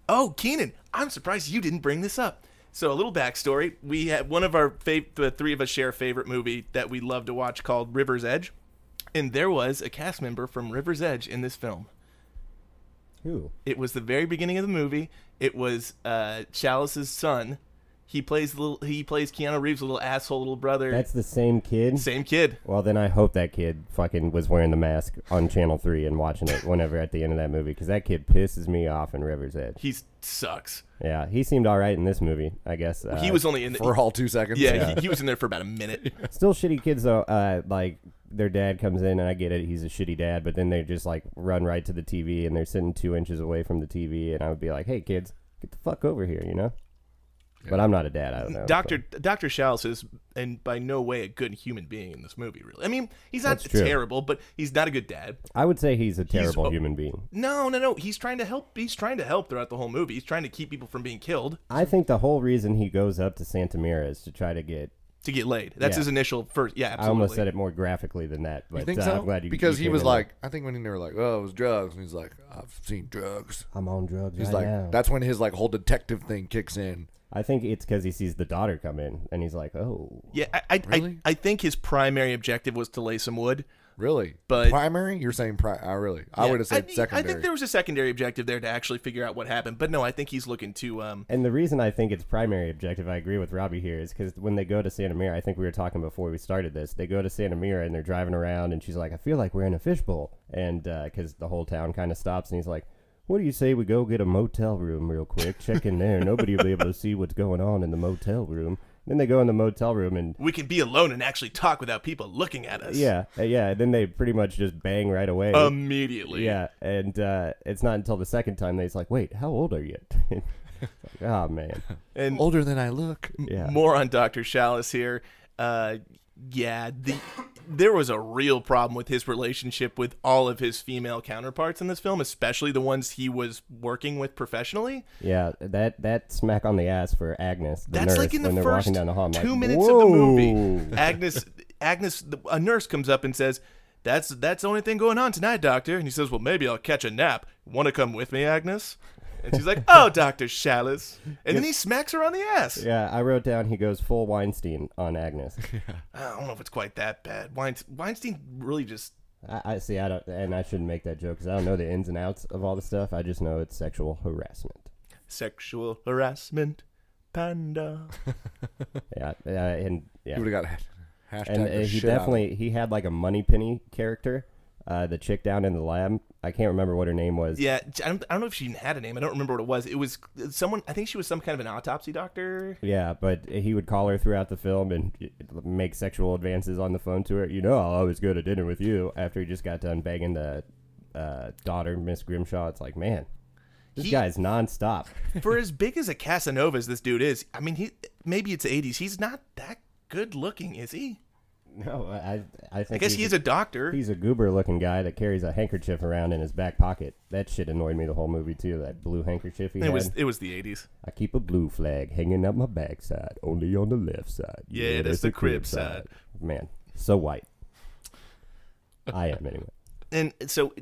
Speaker 1: oh, Keenan, I'm surprised you didn't bring this up. So a little backstory: we had one of our fav- the three of us share a favorite movie that we love to watch called River's Edge, and there was a cast member from River's Edge in this film.
Speaker 4: Who?
Speaker 1: It was the very beginning of the movie. It was uh, Chalice's son. He plays the little. He plays Keanu Reeves' little asshole little brother.
Speaker 4: That's the same kid.
Speaker 1: Same kid.
Speaker 4: Well, then I hope that kid fucking was wearing the mask on Channel 3 and watching it whenever at the end of that movie because that kid pisses me off in River's Edge.
Speaker 1: He sucks.
Speaker 4: Yeah, he seemed all right in this movie, I guess. Uh,
Speaker 1: He was only in the.
Speaker 3: For all two seconds.
Speaker 1: yeah, <laughs> He,
Speaker 4: <laughs>
Speaker 1: he was in there for about a minute.
Speaker 4: Still shitty kids, though. Uh, like, their dad comes in, and I get it, he's a shitty dad, but then they just, like, run right to the TV and they're sitting two inches away from the TV, and I would be like, hey, kids, get the fuck over here, you know? But I'm not a dad. I don't know.
Speaker 1: Doctor Doctor Schaus is, and by no way a good human being in this movie. Really, I mean, he's not
Speaker 4: That's true.
Speaker 1: terrible, but he's not a good dad.
Speaker 4: so. I would say he's a terrible
Speaker 1: oh. <laughs>
Speaker 4: human being.
Speaker 1: No, no, no. He's trying to help. He's trying to help throughout the whole movie. He's trying to keep people from being killed
Speaker 4: I think the whole reason he goes up to Santa Mira is to try to get.
Speaker 1: to get laid. That's
Speaker 4: Yeah.
Speaker 1: his initial first. Yeah, absolutely.
Speaker 4: I almost said it more graphically than that, but
Speaker 3: You think
Speaker 4: uh,
Speaker 3: so?
Speaker 4: I'm glad you
Speaker 3: because
Speaker 4: you
Speaker 3: he
Speaker 4: came
Speaker 3: was
Speaker 4: in there.
Speaker 3: like, I think when they were like, oh, it was drugs, and he's like, I've seen drugs.
Speaker 4: I'm on drugs
Speaker 3: He's
Speaker 4: right
Speaker 3: like,
Speaker 4: now.
Speaker 3: that's when his like whole detective thing kicks in.
Speaker 4: I think it's because he sees the daughter come in, and he's like, "Oh,
Speaker 1: Yeah, I, I,
Speaker 3: Really?
Speaker 1: I, I think his primary objective was to lay some wood.
Speaker 3: Really,
Speaker 1: But-
Speaker 3: primary? You're saying pri I really, I
Speaker 1: Yeah,
Speaker 3: would have said
Speaker 1: I,
Speaker 3: secondary.
Speaker 1: I think there was a secondary objective there to actually figure out what happened. But no, I think he's looking to. Um,
Speaker 4: And the reason I think it's primary objective, I agree with Robbie here, is because when they go to Santa Mira, I think we were talking before we started this. They go to Santa Mira and they're driving around, and she's like, "I feel like we're in a fishbowl," and because the whole town kind of stops, and he's like, "What do you say we go get a motel room real quick? Check in there. Nobody will be able to see what's going on in the motel room." Then they go in the motel room and
Speaker 1: we can be alone and actually talk without people looking at us.
Speaker 4: <laughs> yeah, uh, yeah. Then they pretty much just bang right away.
Speaker 1: Um, Immediately.
Speaker 4: yeah, and uh, it's not until the second time that he's like, "Wait, how old are you?" <laughs> It's like, oh man,
Speaker 1: And
Speaker 3: older than I look.
Speaker 4: yeah.
Speaker 1: more on Dr. Chalice here. Uh, yeah, the there was a real problem with his relationship with all of his female counterparts in this film, especially the ones he was working with professionally.
Speaker 4: Yeah, that that smack on the ass for Agnes. The
Speaker 1: That's
Speaker 4: nurse,
Speaker 1: like in the
Speaker 4: when they're
Speaker 1: first
Speaker 4: walking down the hall, I'm
Speaker 1: two
Speaker 4: like,
Speaker 1: minutes of the
Speaker 4: <laughs>
Speaker 1: movie. Agnes, Agnes, a nurse comes up and says, "That's that's the only thing going on tonight, doctor." And he says, "Well, maybe I'll catch a nap. Want to come with me, Agnes?" And she's like,
Speaker 4: <laughs>
Speaker 1: "Oh, Doctor Chalice," and then he smacks her on the ass.
Speaker 4: Yeah, I wrote down he goes full Weinstein
Speaker 1: <laughs>
Speaker 4: on Agnes.
Speaker 1: I don't know if it's quite that bad. Weinst- Weinstein really just
Speaker 4: I, I see. I don't, and I shouldn't make that joke because I don't know the ins and outs of all the stuff. I just know it's sexual harassment.
Speaker 1: sexual harassment panda.
Speaker 4: Yeah, uh, and yeah,
Speaker 3: You would have got <laughs> ha- hashtag
Speaker 4: and uh,
Speaker 3: the
Speaker 4: he
Speaker 3: shit out of it.
Speaker 4: definitely he had like a money penny character. Uh, the chick down in the lab, I can't remember what her name was.
Speaker 1: Yeah, I don't, I don't know if she even had a name. I don't remember what it was. It was someone. I think she was some kind of an autopsy <laughs> doctor.
Speaker 4: Yeah, but he would call her throughout the film and make sexual advances on the phone to her. You know, I'll always go to dinner with you. After he just got done banging the uh, daughter, Miss Grimshaw, it's like, man, this
Speaker 1: He-
Speaker 4: guy's nonstop. <laughs>
Speaker 1: For as big as a Casanova as this dude is, I mean, he maybe it's the '80s. He's not that good looking, is he?
Speaker 4: No, I, I think
Speaker 1: I guess he is a doctor.
Speaker 4: he's a goober-looking guy that carries a handkerchief around in his back pocket. That shit annoyed me the whole movie too. That blue handkerchief he
Speaker 1: It
Speaker 4: had.
Speaker 1: was it was the '80s.
Speaker 4: I keep a blue flag hanging up my backside, only on the left side.
Speaker 1: Yeah, that's the crib side.
Speaker 4: Man, so white. I am anyway.
Speaker 1: And so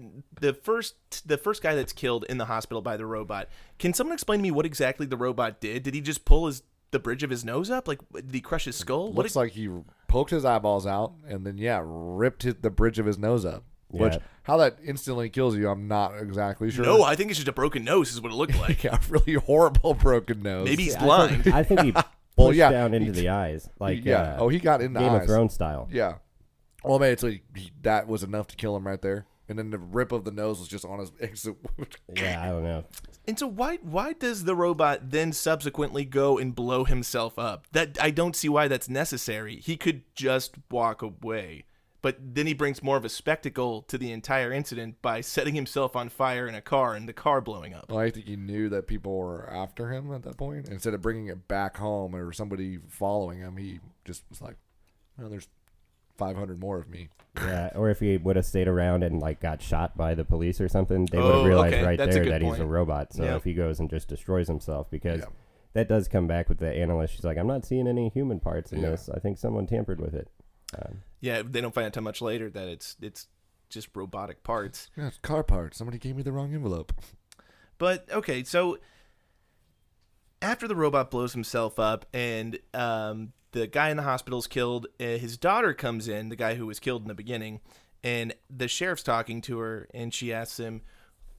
Speaker 1: the first the first guy that's killed in the hospital by the robot. Can someone explain to me what exactly the robot did? Did he just pull his the bridge of his nose up? Like did he crush his skull? What
Speaker 3: Looks like he poked his eyeballs out and then yeah, ripped his, the bridge of his nose up. Which
Speaker 4: Yeah.
Speaker 3: how that instantly kills you, I'm not exactly sure. <laughs>
Speaker 1: No, I think it's just a broken nose is what it looked like.
Speaker 3: yeah, really horrible broken nose.
Speaker 1: Maybe he's
Speaker 4: I think-
Speaker 1: <laughs> blind.
Speaker 4: <laughs> I think
Speaker 1: <laughs>
Speaker 4: he pushed
Speaker 3: Well, yeah,
Speaker 4: down into
Speaker 3: he-
Speaker 4: the eyes, like
Speaker 3: yeah.
Speaker 4: uh,
Speaker 3: oh, he got in the
Speaker 4: Game
Speaker 3: eyes.
Speaker 4: of Thrones style.
Speaker 3: Yeah. Well, man, it's like he, that was enough to kill him right there. And then the rip of the nose was just on his <laughs> exit. wound.
Speaker 4: Yeah, I don't know.
Speaker 1: And so why why does the robot then subsequently go and blow himself up? That I don't see why that's necessary. He could just walk away. But then he brings more of a spectacle to the entire incident by setting himself on fire in a car and the car blowing up.
Speaker 3: Well, I think he knew that people were after him at that point. Instead of bringing it back home or somebody following him, he just was like, well, there's 500 more of me.
Speaker 4: Yeah, or if he would have stayed around and like got shot by the police or something, they would
Speaker 1: Oh,
Speaker 4: have realized
Speaker 1: okay,
Speaker 4: right
Speaker 1: that's a
Speaker 4: there
Speaker 1: good
Speaker 4: that he's a
Speaker 1: point.
Speaker 4: robot. So
Speaker 1: Yeah.
Speaker 4: if he goes and just destroys himself, because
Speaker 3: Yeah.
Speaker 4: that does come back with the analyst. She's like, I'm not seeing any human parts in
Speaker 3: Yeah.
Speaker 4: this. I think someone tampered with it. Um,
Speaker 1: Yeah, they don't find out till much later that it's it's just robotic parts.
Speaker 3: Yeah, it's car parts. Somebody gave me the wrong envelope.
Speaker 1: But okay, so after the robot blows himself up and um, the guy in the hospital is killed, uh, his daughter comes in, the guy who was killed in the beginning, and the sheriff's talking to her, and she asks him,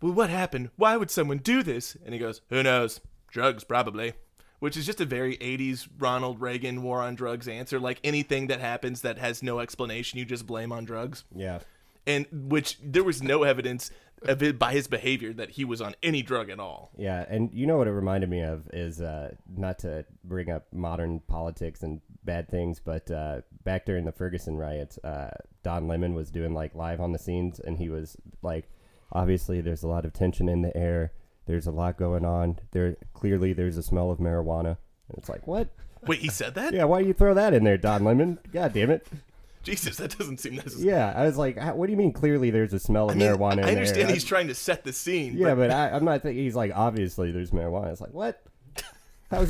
Speaker 1: "Well, what happened? Why would someone do this?" And he goes, "Who knows? Drugs, probably." Which is just a very 80s Ronald Reagan war on drugs answer. Like anything that happens that has no explanation, you just blame on drugs
Speaker 4: yeah.
Speaker 1: and which there was no evidence of it by his behavior that he was on any drug at all.
Speaker 4: Yeah, and you know what it reminded me of is uh, not to bring up modern politics and bad things, but uh, back during the Ferguson riots, uh, Don Lemon was doing like live on the scenes, and he was like, obviously, there's a lot of tension in the air. There's a lot going on. There clearly, there's a smell of marijuana. And it's like, what?
Speaker 1: Wait, he said that?
Speaker 4: Yeah, why do you throw that in there, Don Lemon? God damn it.
Speaker 1: Jesus, that doesn't seem necessary.
Speaker 4: Yeah, I was like, "How- what do you mean? Clearly, there's a smell of
Speaker 1: I mean,
Speaker 4: marijuana. in
Speaker 1: I understand
Speaker 4: there.
Speaker 1: he's trying to set the scene.
Speaker 4: Yeah, but I, I'm not thinking he's like obviously there's marijuana. It's like what? How's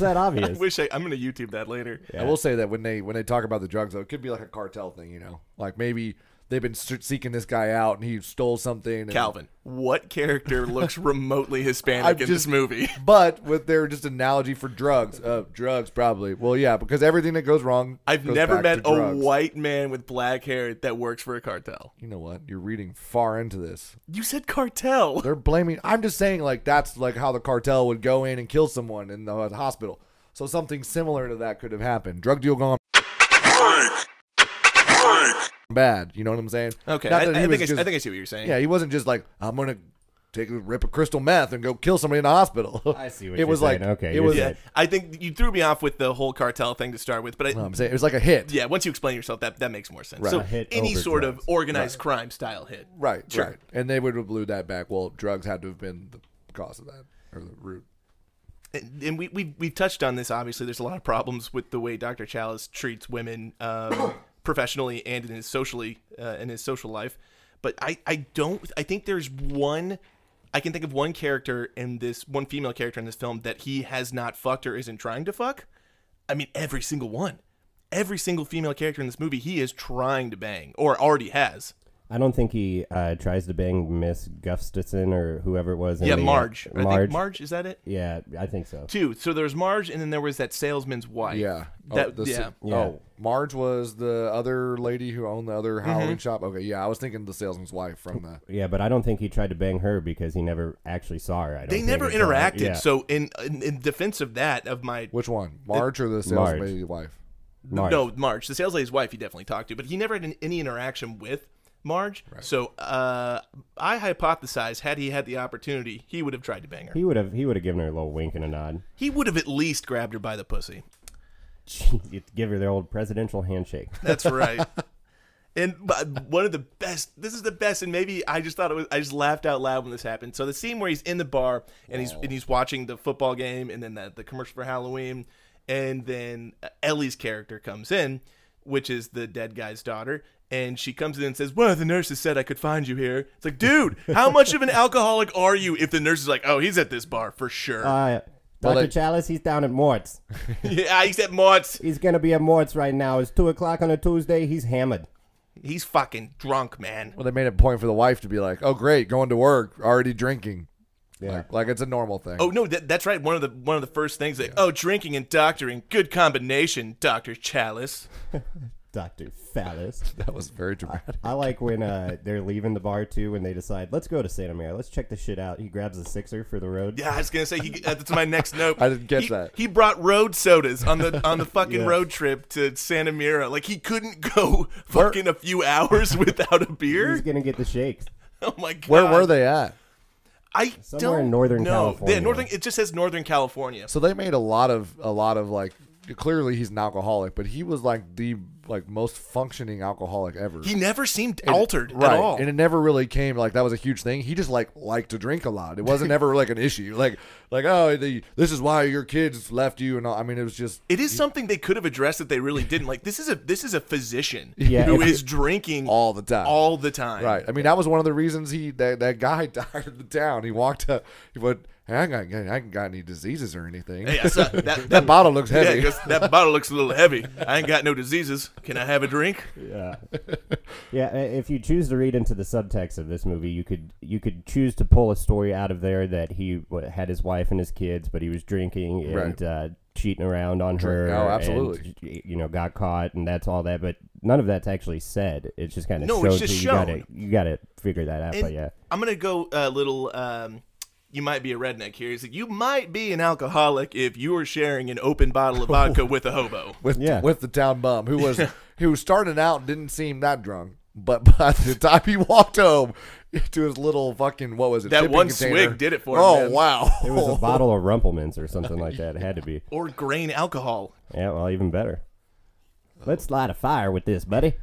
Speaker 1: <laughs>
Speaker 4: that
Speaker 1: I
Speaker 4: obvious?
Speaker 1: wish I, I'm going to YouTube that later.
Speaker 3: I will say that when they when they talk about the drugs, though, it could be like a cartel thing, you know, like maybe they've been se- seeking this guy out and he stole something. and-
Speaker 1: Calvin, what character
Speaker 3: <laughs>
Speaker 1: looks remotely Hispanic
Speaker 3: I'm
Speaker 1: in this
Speaker 3: just- <laughs>
Speaker 1: movie? <laughs>
Speaker 3: but with their just analogy for drugs, uh, drugs probably. Well, yeah, because everything that goes wrong,
Speaker 1: I've
Speaker 3: goes
Speaker 1: never
Speaker 3: back
Speaker 1: met
Speaker 3: to
Speaker 1: a
Speaker 3: drugs.
Speaker 1: white man with black hair that works for a cartel.
Speaker 3: You know what? You're reading far into this.
Speaker 1: You said cartel.
Speaker 3: They're blaming. I'm just saying, like that's like how the cartel would go in and kill someone in the hospital. So something similar to that could have happened. Drug deal gone bad. You know what I'm saying?
Speaker 1: Okay,
Speaker 3: Not
Speaker 1: I,
Speaker 3: that he
Speaker 1: I
Speaker 3: was
Speaker 1: think I,
Speaker 3: just-
Speaker 1: I think I see what you're saying.
Speaker 3: Yeah, he wasn't just like I'm gonna take a rip a crystal meth and go kill somebody in the hospital.
Speaker 4: <laughs> I see what
Speaker 3: it
Speaker 4: you're
Speaker 3: was
Speaker 4: saying.
Speaker 3: like.
Speaker 4: Okay,
Speaker 3: it
Speaker 4: you're
Speaker 3: was.
Speaker 1: yeah. I think you threw me off with the whole cartel thing to start with, but I,
Speaker 3: I'm saying it was like a hit.
Speaker 1: yeah, once you explain yourself, that that makes more sense.
Speaker 3: Right.
Speaker 1: So
Speaker 3: A
Speaker 4: hit
Speaker 1: any
Speaker 4: over
Speaker 1: sort
Speaker 4: drugs.
Speaker 1: of organized crime style hit,
Speaker 3: Right,
Speaker 1: Sure.
Speaker 3: right. And they would have blew that back. Well, drugs had to have been the cause of that or the root.
Speaker 1: and and we we we've touched on this. Obviously, there's a lot of problems with the way Dr. Chalice treats women um, <coughs> professionally and in his socially uh, in his social life. But I I don't I think there's one I can think of one character in this one female character in this film that he has not fucked or isn't trying to fuck. I mean, every single one. Every single female character in this movie, he is trying to bang, or already has.
Speaker 4: I don't think he uh, tries to bang Miss Gustafson or whoever it was. In
Speaker 1: Yeah,
Speaker 4: the, uh,
Speaker 1: Marge. I
Speaker 4: Marge.
Speaker 1: think Marge is that it?
Speaker 4: Yeah, I think so.
Speaker 1: Two. So there's Marge, and then there was that salesman's wife.
Speaker 3: Yeah.
Speaker 1: That,
Speaker 3: oh, the,
Speaker 1: yeah.
Speaker 3: sa- oh, Marge was the other lady who owned the
Speaker 1: Mm-hmm.
Speaker 3: other Halloween shop. Okay, yeah, I was thinking the salesman's wife from the.
Speaker 4: Yeah, but I don't think he tried to bang her because he never actually saw her. I don't
Speaker 1: They
Speaker 4: think
Speaker 1: never
Speaker 4: he saw her.
Speaker 1: interacted.
Speaker 4: Yeah,
Speaker 1: So in, in in defense of that, of my
Speaker 3: Which one, Marge or the
Speaker 4: Marge.
Speaker 3: salesman's lady wife?
Speaker 4: Marge.
Speaker 1: no Marge, the sales lady's wife, he definitely talked to, but he never had an, any interaction with Marge. So uh, I hypothesize, had he had the opportunity, he would have tried to bang her. He,
Speaker 4: he would have he would have given her a little wink and a nod. <laughs>
Speaker 1: would have at least grabbed her by the pussy.
Speaker 4: You'd give her the old presidential handshake.
Speaker 1: That's right. And but one of the best. This is the best, and maybe I just thought it was. I just laughed out loud when this happened. So the scene where he's in the bar and he's and he's watching the football game, and then the, the commercial for Halloween, and then uh, Ellie's character comes in, which is the dead guy's daughter, and she comes in and says, "One of the nurses said I could find you here." It's like, dude, how much of an alcoholic are you? If the nurse is like, "Oh, he's at this bar for sure,"
Speaker 4: Uh,
Speaker 3: Well,
Speaker 4: Dr.
Speaker 3: they-
Speaker 4: Chalice, he's down at Mort's.
Speaker 1: <laughs> yeah, he's at Mott's.
Speaker 4: He's going to be at Mort's right now. It's 2 o'clock on a Tuesday. He's hammered.
Speaker 1: He's fucking drunk, man.
Speaker 3: Well, they made a point for the wife to be like, "Oh, great, going to work, already drinking."
Speaker 4: Yeah.
Speaker 3: Like, like it's a normal thing.
Speaker 1: Oh no, that, that's right. One of the one of the first things like, oh, drinking and doctoring, good combination, Doctor Chalice.
Speaker 4: Dr. Phallus.
Speaker 3: <laughs> that was
Speaker 1: <laughs>
Speaker 3: very dramatic.
Speaker 4: I like when uh, they're leaving the bar too, when they decide, let's go to Santa Maria, let's check this shit out. He grabs a sixer for the road.
Speaker 1: Yeah, I was gonna say he, uh, that's my next note.
Speaker 3: <laughs> I didn't catch
Speaker 1: He-
Speaker 3: that.
Speaker 1: He brought road sodas on the
Speaker 3: <laughs>
Speaker 1: on the fucking
Speaker 4: Yeah.
Speaker 1: road trip to Santa Mira. Like he couldn't go <laughs> fucking a few hours <laughs> without a
Speaker 4: He's
Speaker 1: beer.
Speaker 4: gonna get the shakes.
Speaker 1: <laughs> Oh my god,
Speaker 3: Where were they at?
Speaker 1: I
Speaker 4: Somewhere
Speaker 1: don't
Speaker 4: in Northern
Speaker 1: know.
Speaker 4: California.
Speaker 1: Yeah, Northern. It just says Northern California.
Speaker 3: So they made a lot of a lot of like. Clearly, he's an alcoholic, but he was like the like most functioning alcoholic ever.
Speaker 1: He never seemed altered at all.
Speaker 3: And it never really came like that was a huge thing. He just like liked to drink a lot. It wasn't ever like an issue. Like like oh the, this is why your kids left you and all. I mean it was just
Speaker 1: It is something they could have addressed that they really didn't. Like this is a this is a
Speaker 3: <laughs>
Speaker 1: physician
Speaker 4: Yeah,
Speaker 1: who
Speaker 4: if-
Speaker 1: is drinking
Speaker 3: all the time.
Speaker 1: all the time.
Speaker 3: right. I mean that was one of the reasons he that, that guy <laughs> died in the town. He walked up. He went. Hey, I got I ain't got any diseases or anything.
Speaker 1: Hey, I
Speaker 3: <laughs>
Speaker 1: saw that, that,
Speaker 3: that bottle looks
Speaker 1: Yeah,
Speaker 3: heavy.
Speaker 1: 'cause that bottle looks a little heavy. I ain't got no diseases. Can I have a drink?
Speaker 4: Yeah. yeah. i- If you choose to read into the subtext of this movie, you could you could choose to pull a story out of there that he w- had his wife and his kids, but he was drinking and
Speaker 3: Right.
Speaker 4: uh, cheating around on her.
Speaker 3: Oh,
Speaker 4: and,
Speaker 3: absolutely.
Speaker 4: y- you know, got caught, and that's all that. But none of that's actually said. It's just kind of
Speaker 1: No,
Speaker 4: shows
Speaker 1: it's just
Speaker 4: you,
Speaker 1: shown.
Speaker 4: gotta you gotta figure that out.
Speaker 1: And
Speaker 4: but yeah.
Speaker 1: I'm gonna go a little. Um, you might be a redneck here. Is that you might be an alcoholic if you are sharing an open bottle of
Speaker 4: <laughs>
Speaker 1: vodka with a hobo.
Speaker 3: with
Speaker 4: Yeah.
Speaker 3: with the town bum who
Speaker 1: <laughs>
Speaker 3: was who started out and didn't seem that drunk, but <laughs> by the time he walked home to his little fucking what was it?
Speaker 1: That
Speaker 3: shipping
Speaker 1: one
Speaker 3: container,
Speaker 1: swig did it for him,
Speaker 3: Oh
Speaker 1: man.
Speaker 3: wow!
Speaker 1: <laughs>
Speaker 4: It
Speaker 3: <laughs>
Speaker 4: was a bottle of Rumplemans or something like that. It had to be.
Speaker 1: Or grain alcohol.
Speaker 4: Yeah, well, even better. Let's light a fire with this, buddy.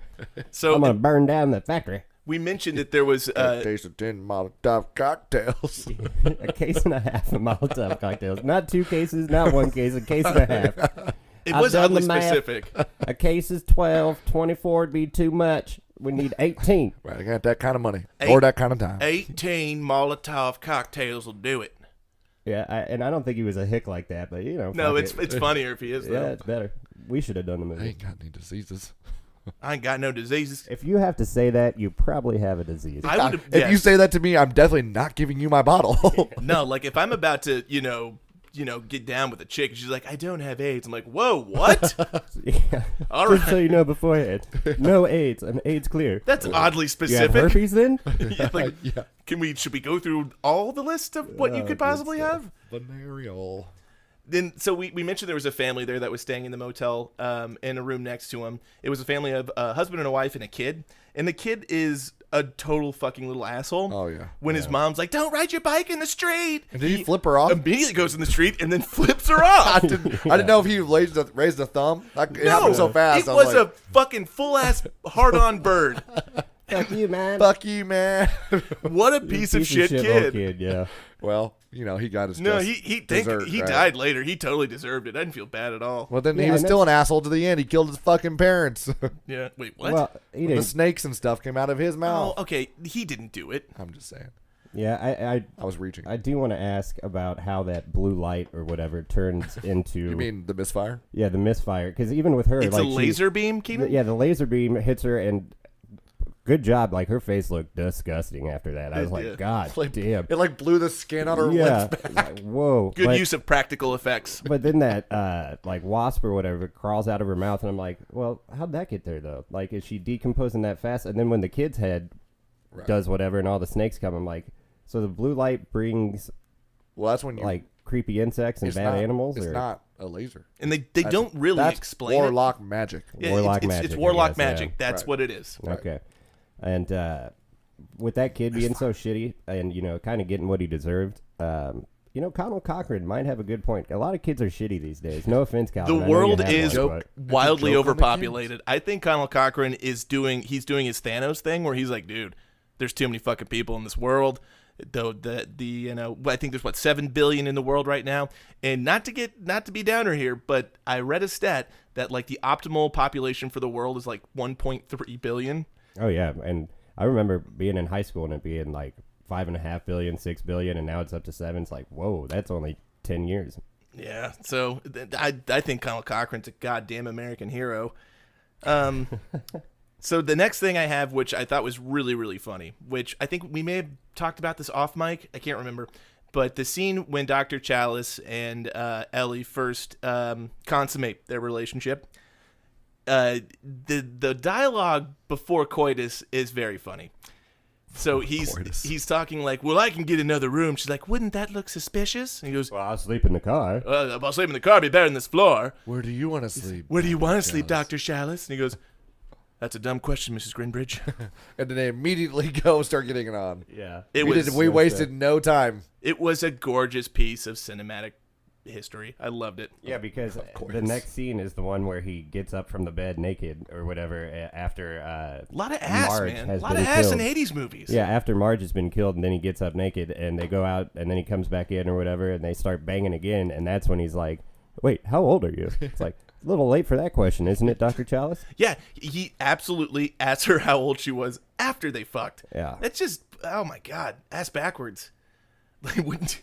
Speaker 1: So
Speaker 4: I'm gonna burn down the factory.
Speaker 1: we mentioned that there was
Speaker 4: <laughs>
Speaker 3: A
Speaker 1: uh,
Speaker 3: case of ten Molotov
Speaker 1: <laughs>
Speaker 3: cocktails.
Speaker 4: a case and a half of Molotov cocktails. Not two cases, not one case, a case and a half.
Speaker 1: it
Speaker 4: I've
Speaker 1: was
Speaker 4: done
Speaker 1: oddly
Speaker 4: the math. <laughs>
Speaker 1: specific.
Speaker 4: A case is 12, 24 would be too much. We need 18.
Speaker 3: right, I got that kind of money
Speaker 1: Eight-
Speaker 3: or that kind of time.
Speaker 1: Eighteen Molotov cocktails will do it.
Speaker 4: Yeah, I, and I don't think he was a hick like that, but you know.
Speaker 1: No,
Speaker 4: fuck
Speaker 1: it's
Speaker 4: it. <laughs>
Speaker 1: it's funnier if he is.
Speaker 4: yeah,
Speaker 1: Though.
Speaker 4: it's better. We should have done the
Speaker 3: I
Speaker 4: movie.
Speaker 3: ain't got any diseases.
Speaker 1: I ain't got no diseases.
Speaker 4: If you have to say that, you probably have a disease.
Speaker 1: I would.
Speaker 3: <laughs> If you say that to me, I'm definitely not giving you
Speaker 1: <laughs>
Speaker 3: my <laughs> bottle.
Speaker 1: No, like if I'm about to, you know, you know, get down with a chick, and she's like, "I don't have AIDS." I'm like, "Whoa, what?"
Speaker 4: <laughs> Yeah.
Speaker 1: All
Speaker 4: Just so
Speaker 1: right.
Speaker 4: you know beforehand, no AIDS. I'm AIDS clear.
Speaker 3: <laughs>
Speaker 1: That's oddly
Speaker 4: You have
Speaker 1: specific.
Speaker 4: herpes then?
Speaker 1: Yeah, <laughs> like, Can we? Should we go through all the list of what you
Speaker 4: Oh,
Speaker 1: could
Speaker 4: good
Speaker 1: possibly
Speaker 4: stuff.
Speaker 1: have?
Speaker 3: Venereal.
Speaker 1: Then, so we, we mentioned there was a family there that was staying in the motel um, in a room next to him. It was a family of a husband and a wife and a kid, and the kid is a total fucking little asshole.
Speaker 3: Oh, yeah.
Speaker 1: When his mom's like, "Don't ride your bike in the street,"
Speaker 3: And did he flip her off?
Speaker 1: immediately goes in the street and then <laughs> flips her off.
Speaker 3: <laughs>
Speaker 1: <laughs>
Speaker 3: I didn't know if he raised a, raised a thumb. Like, it happened so fast.
Speaker 1: It
Speaker 3: I
Speaker 1: was
Speaker 3: was,
Speaker 1: a fucking full ass hard on bird.
Speaker 4: Fuck you, man.
Speaker 3: a fuck
Speaker 1: <laughs>
Speaker 3: you, man.
Speaker 1: What
Speaker 4: <laughs>
Speaker 1: a piece, of, shit
Speaker 4: old
Speaker 1: kid.
Speaker 4: kid. Yeah.
Speaker 3: well, you know, he got his.
Speaker 1: No,
Speaker 3: just
Speaker 1: he he think,
Speaker 3: dessert,
Speaker 1: he
Speaker 3: right?
Speaker 1: died later. He totally deserved it. I didn't feel bad at all.
Speaker 3: Well, then
Speaker 4: Yeah,
Speaker 3: he was
Speaker 4: and
Speaker 3: still an asshole to the end. He killed his fucking parents. <laughs>
Speaker 1: Yeah. Wait, what?
Speaker 4: Well, he
Speaker 3: the
Speaker 4: didn't.
Speaker 3: snakes and stuff came out of his
Speaker 1: oh,
Speaker 3: mouth.
Speaker 1: okay. He didn't do it.
Speaker 3: I'm just saying.
Speaker 4: Yeah, I, I,
Speaker 3: I was reaching.
Speaker 4: I do want to ask about how that blue light or whatever turns into.
Speaker 3: you mean the misfire?
Speaker 4: Yeah, the misfire. Because even with her,
Speaker 1: It's
Speaker 4: like
Speaker 1: a
Speaker 4: she-
Speaker 1: laser beam,
Speaker 4: the-
Speaker 1: Keenan.
Speaker 4: yeah, the laser beam hits her, and good job. Like her face looked disgusting after that. I was like,
Speaker 1: Yeah.
Speaker 4: God
Speaker 3: Like,
Speaker 4: damn.
Speaker 3: It like blew the skin on her
Speaker 4: yeah.
Speaker 3: <laughs> lips.
Speaker 4: Like, whoa.
Speaker 1: Good
Speaker 4: but,
Speaker 1: use of practical effects.
Speaker 4: But then that uh, like wasp or whatever crawls out of her mouth, and I'm like, well, how'd that get there though? Like, is she decomposing that fast? And then when the kid's head does whatever, and all the snakes come, I'm like, so the blue light brings
Speaker 3: Well, that's when you
Speaker 4: like creepy insects and
Speaker 3: it's
Speaker 4: bad
Speaker 3: not-
Speaker 4: animals,
Speaker 3: It's
Speaker 4: or
Speaker 3: not a laser.
Speaker 1: And they, they don't really
Speaker 3: That's
Speaker 1: explain
Speaker 3: warlock magic.
Speaker 1: it. Yeah,
Speaker 4: Warlock
Speaker 1: it's, it's,
Speaker 4: magic,
Speaker 1: It's
Speaker 4: I
Speaker 1: warlock
Speaker 4: guess, yeah.
Speaker 1: magic. That's
Speaker 3: Right.
Speaker 1: what it is.
Speaker 4: okay. And uh, with that kid being so shitty, and you know, kind of getting what he deserved, um, you know, Connell Cochran might have a good point. A lot of kids are shitty these days.
Speaker 1: <laughs>
Speaker 4: No offense,
Speaker 1: The
Speaker 4: Calvin. I know you
Speaker 1: world
Speaker 4: have
Speaker 1: is
Speaker 4: one, but-
Speaker 1: wildly
Speaker 3: joke on the
Speaker 1: overpopulated. I think Connell Cochran is doing he's doing his Thanos thing where he's like, dude, there's too many fucking people in this world. Though the the you know I think there's what seven billion in the world right now, and not to get not to be downer here, but I read a stat that like the optimal population for the world is like 1.3 billion.
Speaker 4: Oh yeah, and I remember being in high school and it being like five and a half billion, six billion, and now it's up to seven. It's like, whoa, that's only ten years.
Speaker 1: Yeah, so th- I I think Connell Cochran's a goddamn American hero. Um, so the next thing I have, which I thought was really really funny, which I think we may have talked about this off mic, I can't remember, but the scene when Doctor Chalice and uh, Ellie first um, consummate their relationship. Uh, the the dialogue before coitus is very funny. So he's
Speaker 3: Coitus.
Speaker 1: he's talking like, "Well, I can get another room." She's like, "Wouldn't that look suspicious?" And he goes,
Speaker 4: Well, I'll sleep in the car.
Speaker 1: uh, I'll sleep in the car. I'll be better than this floor.
Speaker 3: Where do you want to sleep?
Speaker 1: Where do you want to sleep, Dr. Chalice? And he goes, That's a dumb question, Mrs. Grinbridge. <laughs>
Speaker 3: And then they immediately <laughs> go start getting it on.
Speaker 4: Yeah.
Speaker 1: It
Speaker 3: we
Speaker 1: was
Speaker 3: did, we wasted no time.
Speaker 1: it was a gorgeous piece of cinematic history. I loved it.
Speaker 4: Yeah, because the next scene is the one where he gets up from the bed naked or whatever a- after.
Speaker 1: A
Speaker 4: Uh,
Speaker 1: lot of ass,
Speaker 4: Marge
Speaker 1: man. A
Speaker 4: has
Speaker 1: lot
Speaker 4: been
Speaker 1: of ass
Speaker 4: killed.
Speaker 1: in 80s movies.
Speaker 4: yeah, after Marge has been killed, and then he gets up naked, and they go out, and then he comes back in or whatever, and they start banging again, and that's when he's like, "Wait, how old are you?" It's like a little late for that question, isn't it, Doctor Chalice?
Speaker 1: Yeah, he absolutely asked her how old she was after they fucked.
Speaker 4: Yeah.
Speaker 1: That's just, oh my God, ass backwards. <laughs> Like, wouldn't,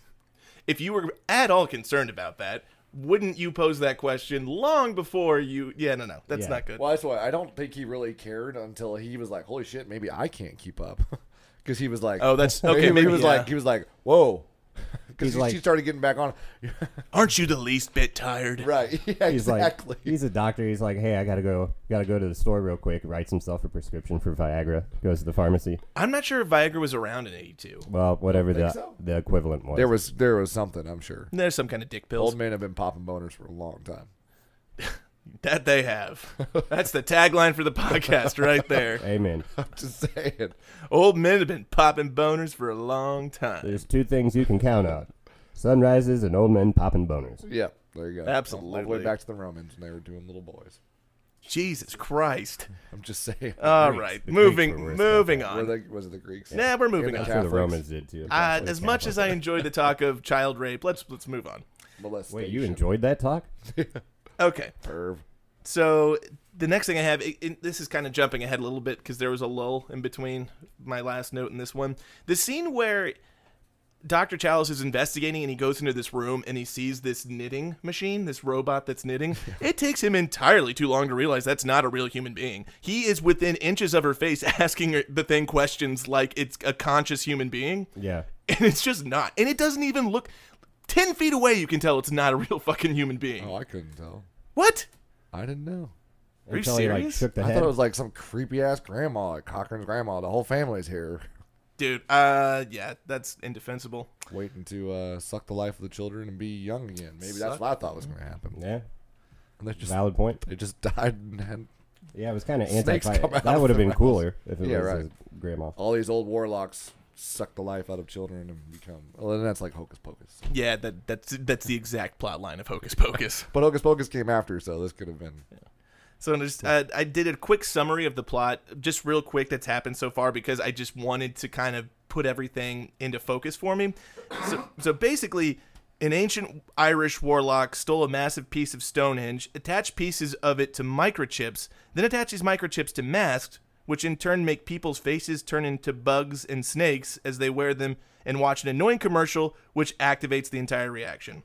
Speaker 1: if you were at all concerned about that, wouldn't you pose that question long before you, yeah, no, no, that's
Speaker 4: Yeah.
Speaker 1: not good.
Speaker 3: Well, that's why I don't think he really cared until he was like, "Holy shit, maybe I can't keep up," <laughs> because he was like,
Speaker 1: Oh, that's- okay,
Speaker 3: <laughs> He,
Speaker 1: maybe,
Speaker 3: he was
Speaker 1: yeah.
Speaker 3: like, he was like, "Whoa," <laughs>
Speaker 4: He's
Speaker 3: because he,
Speaker 4: like-
Speaker 3: she started getting back on. <laughs>
Speaker 1: Aren't you the least bit tired?
Speaker 3: right? <laughs> Yeah,
Speaker 4: He's
Speaker 3: exactly.
Speaker 4: like, he's a doctor. He's like, hey, I gotta go, gotta go to the store real quick. Writes himself a prescription for Viagra. Goes to the pharmacy.
Speaker 1: I'm not sure if Viagra was around in '82.
Speaker 4: Well, whatever the
Speaker 3: so.
Speaker 4: the equivalent was.
Speaker 3: there was there was something I'm sure.
Speaker 1: There's some kind of dick pills
Speaker 3: Old men have been popping boners for a long time. <laughs>
Speaker 1: that they have. <laughs> That's the tagline for the podcast right there.
Speaker 4: Amen.
Speaker 3: I'm just saying.
Speaker 1: Old men have been popping boners for a long time.
Speaker 4: There's two things you can count on: sunrises and old men popping boners.
Speaker 3: Yeah, there you go. All the
Speaker 1: Absolutely.
Speaker 3: way back to the Romans, and they were doing little boys.
Speaker 1: Jesus Christ!
Speaker 3: I'm just saying.
Speaker 1: All
Speaker 4: Greeks.
Speaker 1: right,
Speaker 4: The Greeks
Speaker 1: moving
Speaker 4: were worse
Speaker 1: moving
Speaker 3: <laughs> Were
Speaker 1: on.
Speaker 3: they, was it the Greeks?
Speaker 1: Uh, Nah, we're moving
Speaker 3: the
Speaker 1: on.
Speaker 4: That's what the
Speaker 3: Catholics.
Speaker 4: Romans did too.
Speaker 1: Uh,
Speaker 4: Catholic
Speaker 1: as much as I enjoyed the talk of child rape, let's let's move on.
Speaker 3: Molestation.
Speaker 4: Wait, you enjoyed that talk?
Speaker 1: Okay,
Speaker 3: Perv.
Speaker 1: so the next thing I have, it, it- this is kind of jumping ahead a little bit because there was a lull in between my last note and this one. The scene where Dr. Chalice is investigating and he goes into this room and he sees this knitting machine, this robot that's
Speaker 3: <laughs>
Speaker 1: knitting. It takes him entirely too long to realize that's not a real human being. He is within inches of her face <laughs> asking her, the thing questions like it's a conscious human being. <laughs>
Speaker 4: Yeah.
Speaker 1: And it's just not. And it doesn't even look 10 feet away, you can tell it's not a real fucking human being.
Speaker 3: Oh, I couldn't tell.
Speaker 1: What?
Speaker 3: I didn't know.
Speaker 1: Are you
Speaker 4: Until he like
Speaker 1: serious?
Speaker 4: shook the
Speaker 3: I
Speaker 4: head.
Speaker 3: thought it was like some creepy ass grandma, like Cochran's grandma. The whole family's here, <laughs>
Speaker 1: Dude, uh, yeah, that's indefensible.
Speaker 3: waiting to uh, suck the life of the children and be young again. Maybe that's
Speaker 1: Suck-
Speaker 3: what I thought was going to happen.
Speaker 4: yeah.
Speaker 3: And they just
Speaker 4: Valid point.
Speaker 3: they just <laughs> died and had
Speaker 4: Yeah, it was kind of anti.
Speaker 3: Snakes come out
Speaker 4: That would have
Speaker 3: of
Speaker 4: been
Speaker 3: their
Speaker 4: cooler if it
Speaker 3: Yeah,
Speaker 4: was
Speaker 3: right.
Speaker 4: his grandma.
Speaker 3: all these old warlocks suck the life out of children and become. Well, then that's like Hocus Pocus.
Speaker 1: Yeah, that that's that's the exact plot line of Hocus Pocus.
Speaker 3: But Hocus Pocus came after, so this could have been.
Speaker 1: So I just uh, I did a quick summary of the plot, just real quick that's happened so far because I just wanted to kind of put everything into focus for me. So so basically, an ancient Irish warlock stole a massive piece of Stonehenge, attached pieces of it to microchips, then attached these microchips to masks, which in turn make people's faces turn into bugs and snakes as they wear them and watch an annoying commercial which activates the entire reaction.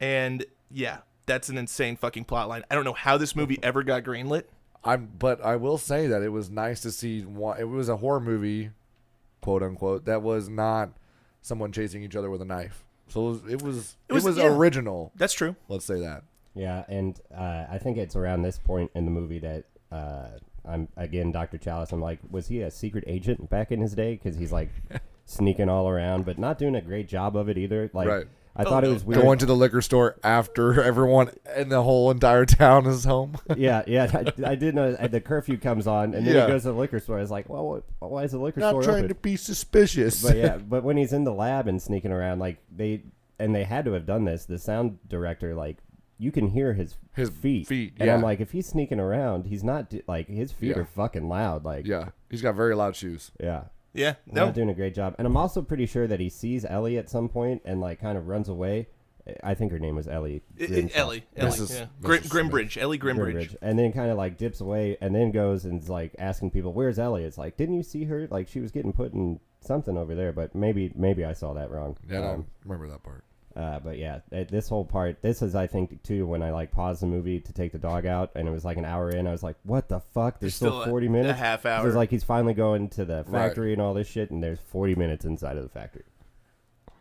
Speaker 1: And yeah, that's an insane fucking plot line. I don't know how this movie ever got greenlit.
Speaker 3: I'm, but I will say that it was nice to see. One, it was a horror movie, quote unquote. That was not someone chasing each other with a knife. So it was. It was, it
Speaker 1: was-
Speaker 3: was,
Speaker 1: yeah.
Speaker 3: original.
Speaker 1: That's true.
Speaker 3: Let's say that.
Speaker 4: Yeah, and uh, I think it's around this point in the movie that uh, I'm again Dr. Chalice. I'm like, was he a secret agent back in his day? Because he's like sneaking all around, but not doing a great job of it either. Like,
Speaker 3: Right.
Speaker 4: I thought
Speaker 1: no.
Speaker 4: it was weird.
Speaker 3: Going to the liquor store after <laughs> everyone in the whole entire town
Speaker 4: <laughs>
Speaker 3: is home.
Speaker 4: <laughs> yeah, yeah. I, I did know uh, the curfew comes on, and then
Speaker 3: Yeah.
Speaker 4: he goes to the liquor store. I was like, well, wh- why is the liquor
Speaker 3: Not
Speaker 4: store
Speaker 3: trying
Speaker 4: open?
Speaker 3: to be suspicious.
Speaker 4: but yeah, but when he's in the lab and sneaking around, like they and they had to have done this. The sound director, like you can hear his
Speaker 3: His
Speaker 4: feet.
Speaker 3: feet,
Speaker 4: and I'm
Speaker 3: yeah.
Speaker 4: like, if he's sneaking around, he's not d- like his feet
Speaker 3: Yeah.
Speaker 4: are fucking loud. Like
Speaker 3: yeah, he's got very loud shoes.
Speaker 4: yeah.
Speaker 1: Yeah.
Speaker 4: They're
Speaker 1: No.
Speaker 4: Not doing a great job, and I'm also pretty sure that he sees Ellie at some point and like kind of runs away. I think her name was Ellie.
Speaker 1: I- I-
Speaker 4: Grimshaw.
Speaker 1: Ellie. Ellie.
Speaker 3: Mrs.
Speaker 1: yeah.
Speaker 3: Mrs.
Speaker 1: Grim,
Speaker 3: Smith.
Speaker 1: Grimbridge. Ellie Grimbridge.
Speaker 4: Grimbridge. And then kind of like dips away and then goes and is like asking people, "Where's Ellie?" It's like, "Didn't you see her? Like she was getting put in something over there." But maybe maybe I saw that wrong.
Speaker 3: Yeah, I
Speaker 4: Um,
Speaker 3: don't remember that part.
Speaker 4: Uh, but yeah, th- this whole part, this is I think too when I like paused the movie to take the dog out, and it was like an hour in. I was like, "What the fuck?" There's, still,
Speaker 1: still a-
Speaker 4: forty minutes,
Speaker 1: a half
Speaker 4: 'Cause
Speaker 1: hour.
Speaker 4: It's like he's finally going to the
Speaker 3: Right.
Speaker 4: factory and all this shit, and there's forty minutes inside of the factory.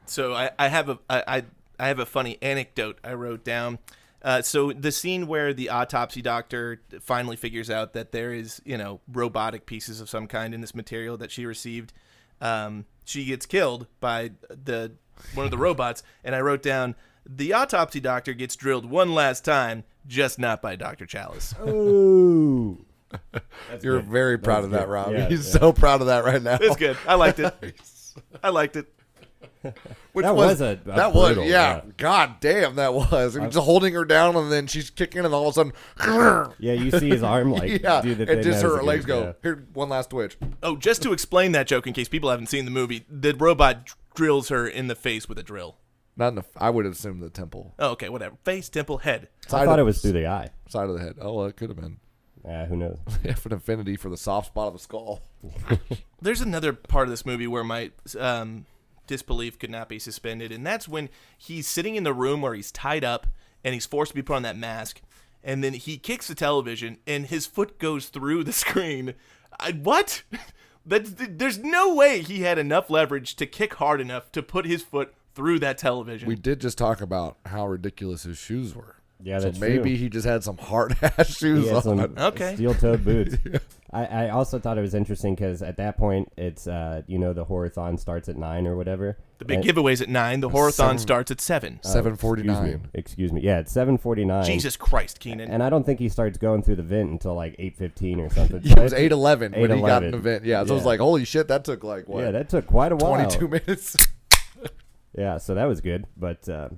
Speaker 1: So I, I have a I, I I have a funny anecdote I wrote down. Uh, so the scene where the autopsy doctor finally figures out that there is you know robotic pieces of some kind in this material that she received, um, she gets killed by the one of the robots, and I wrote down the autopsy doctor gets drilled one last time, just not by Doctor Chalice.
Speaker 4: Oh. Ooh,
Speaker 3: You're very proud
Speaker 4: was
Speaker 3: of that,
Speaker 4: good.
Speaker 3: Rob.
Speaker 4: Yeah,
Speaker 3: He's
Speaker 4: yeah.
Speaker 3: so proud of that right now.
Speaker 1: It's good. I liked it. I liked it.
Speaker 3: <laughs> Which
Speaker 4: That was a- a
Speaker 3: that
Speaker 4: brutal,
Speaker 3: was yeah,
Speaker 4: yeah.
Speaker 3: God damn, that was. I mean, just holding her down and then she's kicking and all of a sudden, <laughs>
Speaker 4: yeah, you see his arm like
Speaker 3: yeah,
Speaker 4: do the uh, thing
Speaker 3: and just
Speaker 4: that was
Speaker 3: her
Speaker 4: good,
Speaker 3: legs go. <laughs>
Speaker 4: yeah.
Speaker 3: Here, one last twitch.
Speaker 1: Oh, just to explain that joke in case people haven't seen the movie, the robot dr- drills her in the face with a drill.
Speaker 3: Not in the. I would assume the temple
Speaker 1: Oh, okay, whatever. Face, temple, head.
Speaker 4: I
Speaker 3: side
Speaker 4: thought it
Speaker 3: of,
Speaker 4: was through the eye.
Speaker 3: side of the head. Oh, well, it could have been. <laughs>
Speaker 4: Uh, who knows?
Speaker 3: They have an affinity for the soft spot of the skull.
Speaker 1: There's another part of this movie where my um, disbelief could not be suspended, and that's when he's sitting in the room where he's tied up and he's forced to be put on that mask, and then he kicks the television and his foot goes through the <laughs> screen. I, what? <laughs> That's, there's no way he had enough leverage to kick hard enough to put his foot through that television.
Speaker 3: We did just talk about how ridiculous his shoes were.
Speaker 4: Yeah,
Speaker 3: so
Speaker 4: that's true.
Speaker 3: maybe he just had some hard <laughs> ass shoes
Speaker 4: He had
Speaker 3: on. <laughs>
Speaker 4: some uh,
Speaker 1: Okay.
Speaker 4: steel-toed boots. I, I also thought it was interesting because at that point, it's uh, you know the horathon starts at nine or whatever.
Speaker 1: The big
Speaker 4: And-
Speaker 1: giveaway's at nine. The
Speaker 3: Seven-
Speaker 1: horathon starts at seven.
Speaker 3: Seven forty
Speaker 4: Oh, Excuse me.
Speaker 3: nine.
Speaker 4: Excuse me. Yeah, it's seven forty nine.
Speaker 1: Jesus Christ, Keenan.
Speaker 4: And I don't think he starts going through the vent until like eight fifteen
Speaker 3: <laughs>
Speaker 4: or something.
Speaker 3: It was eight eleven when he got
Speaker 4: 8:11.
Speaker 3: an event. Yeah, so I was
Speaker 4: Yeah.
Speaker 3: like, holy shit, that took like what?
Speaker 4: Yeah, that took quite a while.
Speaker 3: 22 minutes. <laughs>
Speaker 4: Yeah, so that was good. But uh,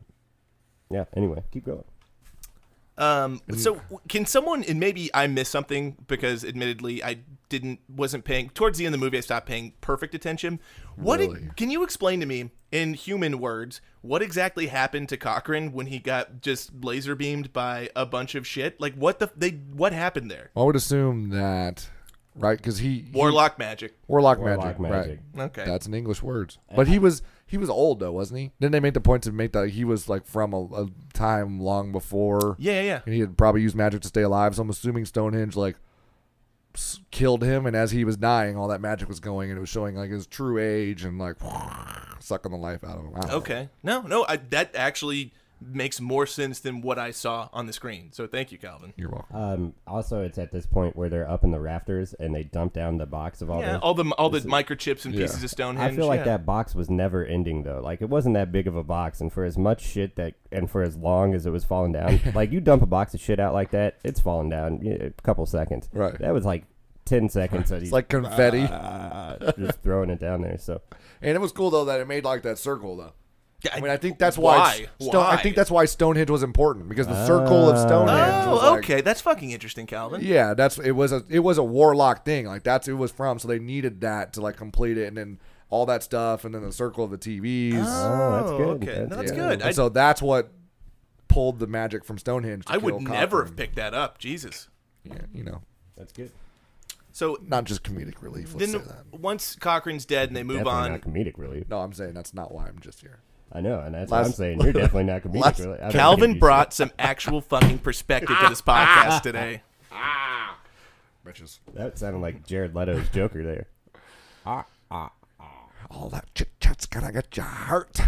Speaker 4: yeah, anyway, keep going.
Speaker 1: Um, so w- can someone and maybe I missed something because admittedly I didn't wasn't paying towards the end of the movie I stopped paying perfect attention. What e-
Speaker 3: Really?
Speaker 1: can you explain to me in human words what exactly happened to Cochrane when he got just laser beamed by a bunch of shit? Like what the they what happened there?
Speaker 3: I would assume that, right? Because he, he-
Speaker 1: Warlock magic.
Speaker 3: warlock,
Speaker 4: Warlock
Speaker 3: magic, right.
Speaker 4: magic. Uh-huh.
Speaker 1: Okay.
Speaker 3: That's an English words. But he was he was old though, wasn't he? Didn't they make the point to make that he was like from a, a time long before?
Speaker 1: yeah, yeah. yeah.
Speaker 3: and he had probably used magic to stay alive. So I'm assuming Stonehenge like s- killed him, and as he was dying, all that magic was going, and it was showing like his true age and like <laughs> sucking the life out of him. I don't know.
Speaker 1: Okay. No, no, I, that actually makes more sense than what I saw on the screen. So thank you, Calvin.
Speaker 3: you're welcome.
Speaker 4: Um, also, it's at this point where they're up in the rafters and they dump down the box of all
Speaker 1: Yeah,
Speaker 4: the.
Speaker 1: all the all the microchips and pieces of Stonehenge.
Speaker 4: I feel like
Speaker 1: yeah.
Speaker 4: that box was never ending though. Like it wasn't that big of a box, and for as much shit that, and for as long as it was falling
Speaker 3: <laughs>
Speaker 4: down, like you dump a box of shit out like that, it's falling down yeah, a couple seconds.
Speaker 3: Right.
Speaker 4: That was like ten seconds. That he's
Speaker 3: It's like confetti,
Speaker 4: uh, just throwing it down there. So
Speaker 3: and it was cool though that it made like that circle though.
Speaker 1: Yeah,
Speaker 3: I mean, I think that's why.
Speaker 1: Why?
Speaker 3: Stone, I
Speaker 1: Why?
Speaker 3: think that's why Stonehenge was important because the circle of Stonehenge. was
Speaker 1: Oh,
Speaker 3: like-
Speaker 1: okay. That's fucking interesting, Calvin.
Speaker 3: Yeah, that's it was a it was a warlock thing. Like that's it was from. So they needed that to like complete it, and then all that stuff, and then the circle of the TVs.
Speaker 4: Oh, that's good.
Speaker 1: Okay, no, that's
Speaker 4: Yeah.
Speaker 1: good.
Speaker 3: And
Speaker 1: I,
Speaker 3: so that's what pulled the magic from Stonehenge. To
Speaker 1: I would
Speaker 3: kill
Speaker 1: never have
Speaker 3: Cochrane.
Speaker 1: picked that up. Jesus.
Speaker 3: Yeah, you know,
Speaker 4: that's good.
Speaker 1: So
Speaker 3: not just comedic relief. Let's
Speaker 1: then,
Speaker 3: say that.
Speaker 1: once Cochrane's dead and they move
Speaker 4: definitely
Speaker 1: on,
Speaker 4: not comedic relief.
Speaker 3: No, I'm saying that's not why I'm just here.
Speaker 4: I know, and that's what I'm
Speaker 3: Last-
Speaker 4: saying. You're definitely not comedic
Speaker 3: last-
Speaker 4: relief. I don't think
Speaker 1: Calvin
Speaker 4: you
Speaker 1: brought some actual fucking perspective to <laughs> this podcast today.
Speaker 3: Bitches,
Speaker 4: should- That sounded like Jared Leto's
Speaker 1: <laughs>
Speaker 4: Joker there.
Speaker 3: all that chit chat's gonna get you hurt.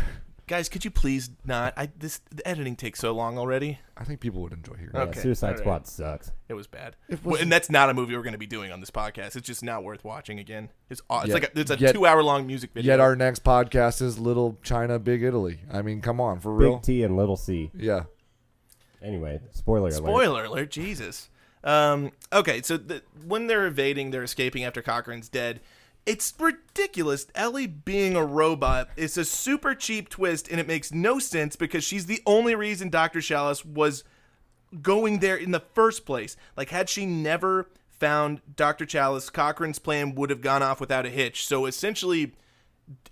Speaker 1: Guys, could you please not? I this the editing takes so long already.
Speaker 3: I think people would enjoy hearing.
Speaker 4: Yeah,
Speaker 1: Okay,
Speaker 4: Suicide
Speaker 1: alright.
Speaker 4: Squad sucks.
Speaker 1: It was bad, Well, and that's not a movie we're going to be doing on this podcast. It's just not worth watching again. It's aw- it's
Speaker 3: Yet-
Speaker 1: like a, it's a
Speaker 3: yet-
Speaker 1: two hour long music
Speaker 3: that.
Speaker 1: video.
Speaker 3: Yet our next podcast is Little China, Big Italy. I mean, come on, for real.
Speaker 4: Big T and little C.
Speaker 3: yeah.
Speaker 4: Anyway, spoiler, alert.
Speaker 1: Spoiler alert, Jesus. Um, okay, so the, when they're evading, they're escaping after Cochrane's dead. It's ridiculous. Ellie being a robot is a super cheap twist, and it makes no sense because she's the only reason Dr. Chalice was going there in the first place. Like, had she never found Dr. Chalice, Cochrane's plan would have gone off without a hitch. So essentially,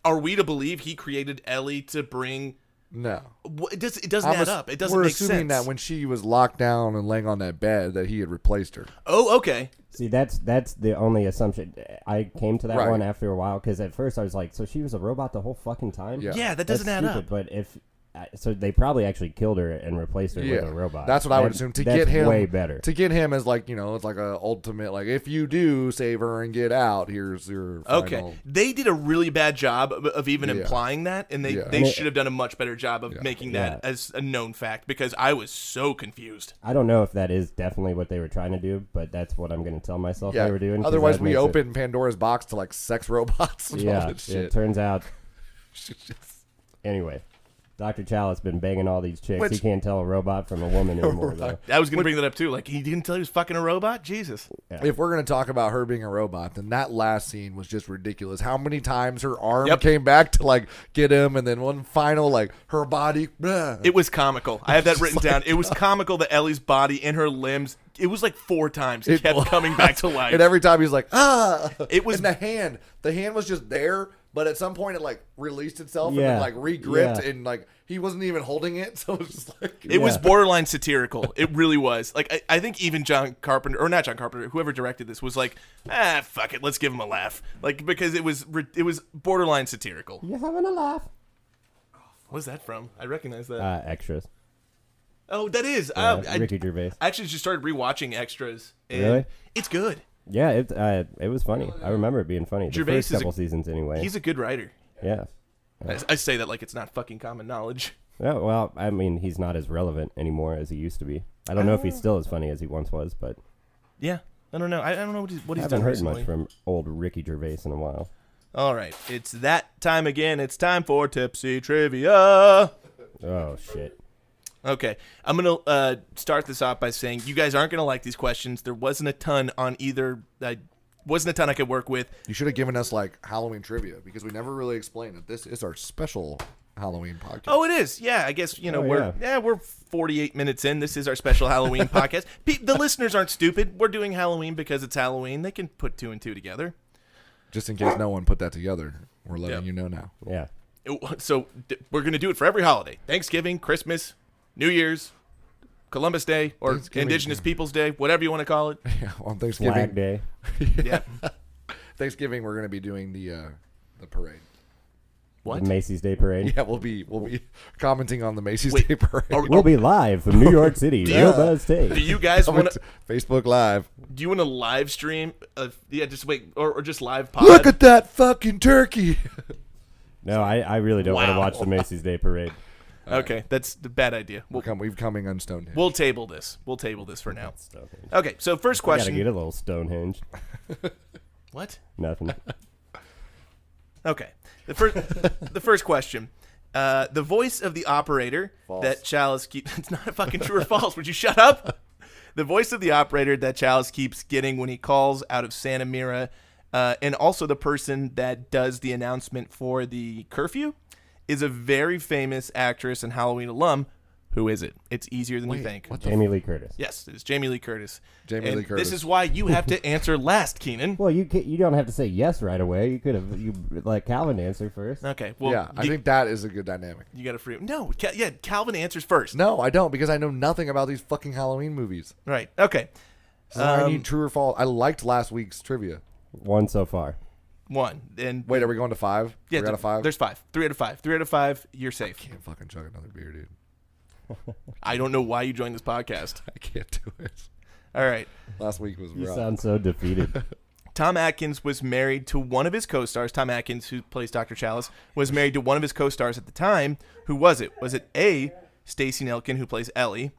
Speaker 1: are we to believe he created Ellie to bring.
Speaker 3: No.
Speaker 1: wh- It, does, it doesn't
Speaker 3: I'm
Speaker 1: add
Speaker 3: ass-
Speaker 1: up. It doesn't
Speaker 3: We're
Speaker 1: make
Speaker 3: assuming
Speaker 1: sense.
Speaker 3: that when she was locked down and laying on that bed, that he had replaced her.
Speaker 1: oh, okay.
Speaker 4: See, that's that's the only assumption. I came to that
Speaker 3: Right.
Speaker 4: one after a while because at first I was like, so she was a robot the whole fucking time.
Speaker 3: Yeah.
Speaker 1: Yeah, that doesn't
Speaker 4: that's
Speaker 1: add
Speaker 4: stupid,
Speaker 1: up.
Speaker 4: But if I- so, they probably actually killed her and replaced her with a robot.
Speaker 3: That's what I would
Speaker 4: That-
Speaker 3: assume to
Speaker 4: that's
Speaker 3: get him
Speaker 4: way better.
Speaker 3: To get him as like you know, it's like a ultimate like if you do save her and get out, here's your final.
Speaker 1: Okay, they did a really bad job of, of even
Speaker 3: Yeah.
Speaker 1: implying that, and they,
Speaker 3: Yeah.
Speaker 1: they
Speaker 4: And it-
Speaker 1: should have done a much better job of making that
Speaker 4: Yeah.
Speaker 1: as a known fact because I was so confused.
Speaker 4: I don't know if that is definitely what they were trying to do, but that's what I'm going to tell myself
Speaker 3: Yeah.
Speaker 4: they were doing. 'cause
Speaker 3: Otherwise,
Speaker 4: that
Speaker 3: we
Speaker 4: makes it-
Speaker 3: open Pandora's box to like sex <laughs> robots. And all
Speaker 4: <laughs> yeah,
Speaker 3: that shit.
Speaker 4: it turns out. anyway, Doctor Chalice been banging all these chicks. he
Speaker 3: Which-
Speaker 4: can't tell a robot from a woman anymore. though.
Speaker 1: I was gonna bring that up too. Like he didn't tell he was fucking a robot. Jesus.
Speaker 3: If we're gonna talk about her being a robot, then that last scene was just ridiculous. How many times her arm
Speaker 1: Yep.
Speaker 3: came back to like get him, and then one final like her body. bleh.
Speaker 1: It was comical. I have
Speaker 3: <laughs>
Speaker 1: that written down. It was comical that Ellie's body and her limbs. It was like four times
Speaker 3: It
Speaker 1: kept
Speaker 3: was.
Speaker 1: coming back to life.
Speaker 3: <laughs> And every time he's like, ah.
Speaker 1: It was-
Speaker 3: And the hand. The hand was just there, but at some point it like released itself and
Speaker 4: Yeah.
Speaker 3: then like regripped
Speaker 4: Yeah.
Speaker 3: and like he wasn't even holding it. <laughs> So it was just like.
Speaker 1: It was
Speaker 4: Yeah.
Speaker 1: borderline satirical. It really was. Like I, I think even John Carpenter or not John Carpenter, whoever directed this was like, ah, fuck it, let's give him a laugh. Like because it was ri- it was borderline satirical.
Speaker 4: You having a laugh?
Speaker 1: What is that from? I recognize that.
Speaker 4: Uh, extras.
Speaker 1: oh, that is.
Speaker 4: Uh,
Speaker 1: uh, I,
Speaker 4: Ricky Gervais.
Speaker 1: I actually just started rewatching extras. And
Speaker 4: Really?
Speaker 1: It's good.
Speaker 4: Yeah, it uh, it was funny. I remember it being funny. The
Speaker 1: Gervais
Speaker 4: first
Speaker 1: is a-
Speaker 4: couple seasons, anyway.
Speaker 1: He's a good writer.
Speaker 4: yeah.
Speaker 1: I, I say that like it's not fucking common knowledge. <laughs>
Speaker 4: Yeah. Well, I mean, he's not as relevant anymore as he used to be. I don't know if he's still as funny as he once was, but
Speaker 1: Yeah. I don't know. I, I don't know what he's, what
Speaker 4: I
Speaker 1: he's
Speaker 4: haven't
Speaker 1: done
Speaker 4: heard
Speaker 1: recently.
Speaker 4: much from old Ricky Gervais in a while.
Speaker 1: All right. It's that time again. It's time for Tipsy Trivia.
Speaker 4: Oh shit.
Speaker 1: Okay, I'm gonna uh, start this off by saying you guys aren't gonna like these questions. There wasn't a ton on either. I wasn't a ton I could work with.
Speaker 3: You should have given us like Halloween trivia because we never really explained that this is our special Halloween podcast.
Speaker 1: Oh, it is. Yeah, I guess you know
Speaker 4: Oh,
Speaker 1: we're yeah. we're 48 minutes in. This is our special Halloween podcast. Pe- the listeners aren't stupid. We're doing Halloween because it's Halloween. They can put two and two together.
Speaker 3: Just in case no one put that together, we're letting
Speaker 1: Yep.
Speaker 3: you know now. <laughs>
Speaker 4: Yeah.
Speaker 1: It- So d- we're gonna do it for every holiday: Thanksgiving, Christmas, New Year's, Columbus Day, or
Speaker 3: Thanksgiving,
Speaker 1: Indigenous
Speaker 3: yeah.
Speaker 1: Peoples Day, whatever you want to call it.
Speaker 3: Yeah,
Speaker 4: Flag
Speaker 3: on Thanksgiving,
Speaker 4: Day.
Speaker 1: Yeah.
Speaker 3: Thanksgiving we're going to be doing the uh, the parade. <laughs>
Speaker 1: What?
Speaker 4: The Macy's Day Parade.
Speaker 3: Yeah, we'll be we'll be commenting on the Macy's
Speaker 1: Wait,
Speaker 3: Day Parade.
Speaker 1: are-
Speaker 4: We'll be live from New
Speaker 1: <laughs>
Speaker 4: York City.
Speaker 1: you-
Speaker 4: Real Buzz Tape.
Speaker 1: Do you
Speaker 3: <laughs>
Speaker 1: guys
Speaker 3: Coming
Speaker 1: want to?
Speaker 3: to Facebook Live.
Speaker 1: Do you want to live stream? Of, yeah, just wait, or, or just live pod.
Speaker 3: Look at that fucking turkey. <laughs>
Speaker 4: No, I, I really don't
Speaker 1: Wow.
Speaker 4: want to watch the Macy's Day Parade.
Speaker 1: okay, that's a bad idea.
Speaker 3: we'll
Speaker 1: We'll,
Speaker 3: come. We've coming unstoned. Here.
Speaker 1: we'll table this. We'll table this for now.
Speaker 4: Stonehenge.
Speaker 1: Okay, so first
Speaker 4: I gotta
Speaker 1: question.
Speaker 4: get a little Stonehenge.
Speaker 1: What?
Speaker 4: Nothing.
Speaker 1: Okay. The
Speaker 3: <laughs>
Speaker 1: first, the first question. Uh, the voice of the operator that Chalice keeps. <laughs> It's not a fucking true or false. Would you shut up? The voice of the operator that Chalice keeps getting when he calls out of Santa Mira, uh, and also the person that does the announcement for the curfew, is a very famous actress and Halloween alum. Who is it? It's easier than you think.
Speaker 3: What the
Speaker 4: Jamie Lee Curtis.
Speaker 1: Yes, it's Jamie Lee Curtis.
Speaker 3: Jamie
Speaker 1: And
Speaker 3: Lee Curtis.
Speaker 1: This is why you have
Speaker 3: <laughs>
Speaker 1: to answer last, Keenan.
Speaker 4: Well, you ca you don't have to say yes right away. You could have you let Calvin answer first.
Speaker 1: Okay. Well,
Speaker 3: yeah, I
Speaker 1: you,
Speaker 3: think that is a good dynamic.
Speaker 1: you got to free. No. Cal- yeah. Calvin answers first.
Speaker 3: No, I don't because I know nothing about these fucking Halloween movies.
Speaker 1: Right. Okay.
Speaker 3: So I
Speaker 1: Um,
Speaker 3: need true or false. I liked last week's trivia.
Speaker 4: One so far.
Speaker 1: One. And
Speaker 3: Wait, are we going to five?
Speaker 1: yeah,
Speaker 3: Three out of five.
Speaker 1: There's five. Three out of five. Three out of five. You're safe.
Speaker 3: can't fucking chug another beer, dude.
Speaker 1: I don't know why you joined this
Speaker 3: <laughs>
Speaker 1: podcast.
Speaker 3: I can't do
Speaker 1: <laughs>
Speaker 3: it.
Speaker 1: All right.
Speaker 3: Last week was
Speaker 4: You
Speaker 3: rough.
Speaker 4: sound
Speaker 1: <laughs>
Speaker 4: so defeated.
Speaker 1: Tom Atkins was married to one of his co-stars. Tom Atkins, who plays Dr. Chalice, was married to one of his co-stars at the time. Who was it? Was it A. Stacy Nelkin, who plays Ellie,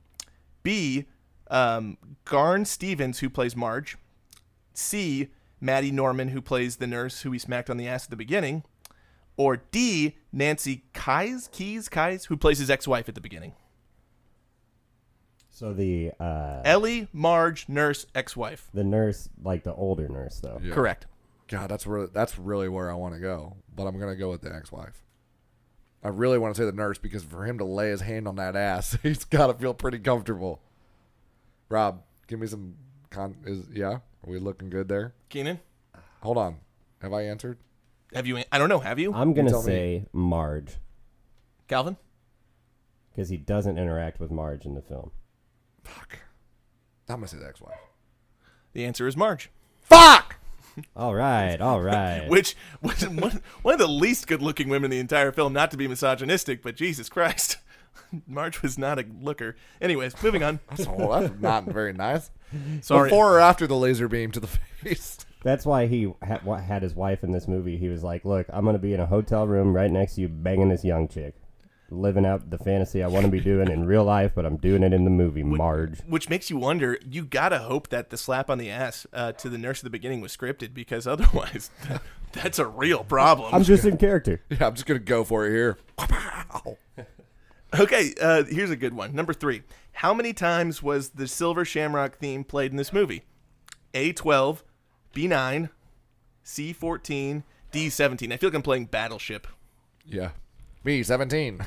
Speaker 1: B. Um, Garn Stevens, who plays Marge, C. Maddie Norman, who plays the nurse who he smacked on the ass at the beginning, or D. Nancy Kies, Keys, Kies, who plays his ex-wife at the beginning.
Speaker 4: so the uh,
Speaker 1: Ellie, Marge, nurse, ex-wife.
Speaker 4: the nurse, like the older nurse, though.
Speaker 3: Yeah.
Speaker 1: Correct.
Speaker 3: God, that's where that's really where I want to go. But I'm gonna go with the ex-wife. I really want to say the nurse because for him to lay his hand on that ass, <laughs> he's got to feel pretty comfortable. Rob, give me some con. Is yeah, are we looking good there?
Speaker 1: Keenan,
Speaker 3: Hold on, have I answered?
Speaker 1: have you? I don't know. Have you?
Speaker 4: I'm gonna
Speaker 3: tell me.
Speaker 4: say Marge
Speaker 1: Calvin.
Speaker 4: because he doesn't interact with Marge in the film.
Speaker 3: Fuck. I'm gonna say the ex-wife.
Speaker 1: The answer is Marge.
Speaker 3: Fuck.
Speaker 4: All right, all <laughs> right.
Speaker 1: <laughs> which was one, one of the least good-looking women in the entire film. Not to be misogynistic, but Jesus Christ, <laughs> Marge was not a looker. Anyways, moving on.
Speaker 3: That's, all, that's not very nice.
Speaker 1: Sorry.
Speaker 3: Before or after the laser beam to the <laughs> face?
Speaker 4: That's why he ha- wa- had his wife in this movie. He was like, "Look, I'm gonna be in a hotel room right next to you, banging this young chick." Living out the fantasy I want to be doing in real life, but I'm doing it in the movie, Marge.
Speaker 1: which makes you wonder. You gotta hope that the slap on the ass uh, to the nurse at the beginning was scripted, because otherwise, <laughs> that, that's a real problem.
Speaker 4: I'm just in character.
Speaker 3: Yeah, I'm just gonna go for it here. <laughs>
Speaker 1: Okay, uh, here's a good one. Number three. How many times was the Silver Shamrock theme played in this movie? A12, B9, C14, D17. I feel like I'm playing Battleship.
Speaker 3: Yeah, me <laughs> 17.
Speaker 1: Do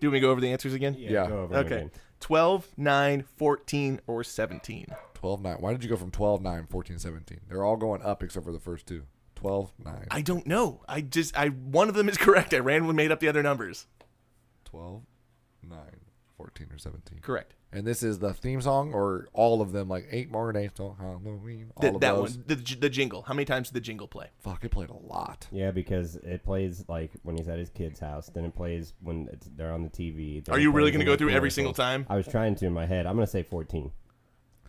Speaker 1: you want me to go over the answers again?
Speaker 3: Yeah.
Speaker 4: Go over it
Speaker 1: Okay.
Speaker 4: again.
Speaker 1: 12, 9, 14, or 17.
Speaker 3: 12 9. Why did you go from 12 9, 14 17? They're all going up except for the first two. 12 9.
Speaker 1: I don't know. I just, I one of them is correct. I randomly made up the other numbers.
Speaker 3: 12 9, 14 or 17.
Speaker 1: Correct.
Speaker 3: And this is the theme song or all of them like 8 more days till Halloween. All
Speaker 1: Th-
Speaker 3: of
Speaker 1: that
Speaker 3: those.
Speaker 1: one. The, j- the jingle. How many times did the jingle play?
Speaker 3: Fuck, it played a lot.
Speaker 4: Yeah, because it plays like when he's at his kid's house. Then it plays when it's, they're on the TV. then
Speaker 1: Are
Speaker 4: it
Speaker 1: you really going
Speaker 4: plays
Speaker 1: to
Speaker 4: when
Speaker 1: go
Speaker 4: they're
Speaker 1: through every single time?
Speaker 4: commercials. I was trying to in my head. I'm going to say 14.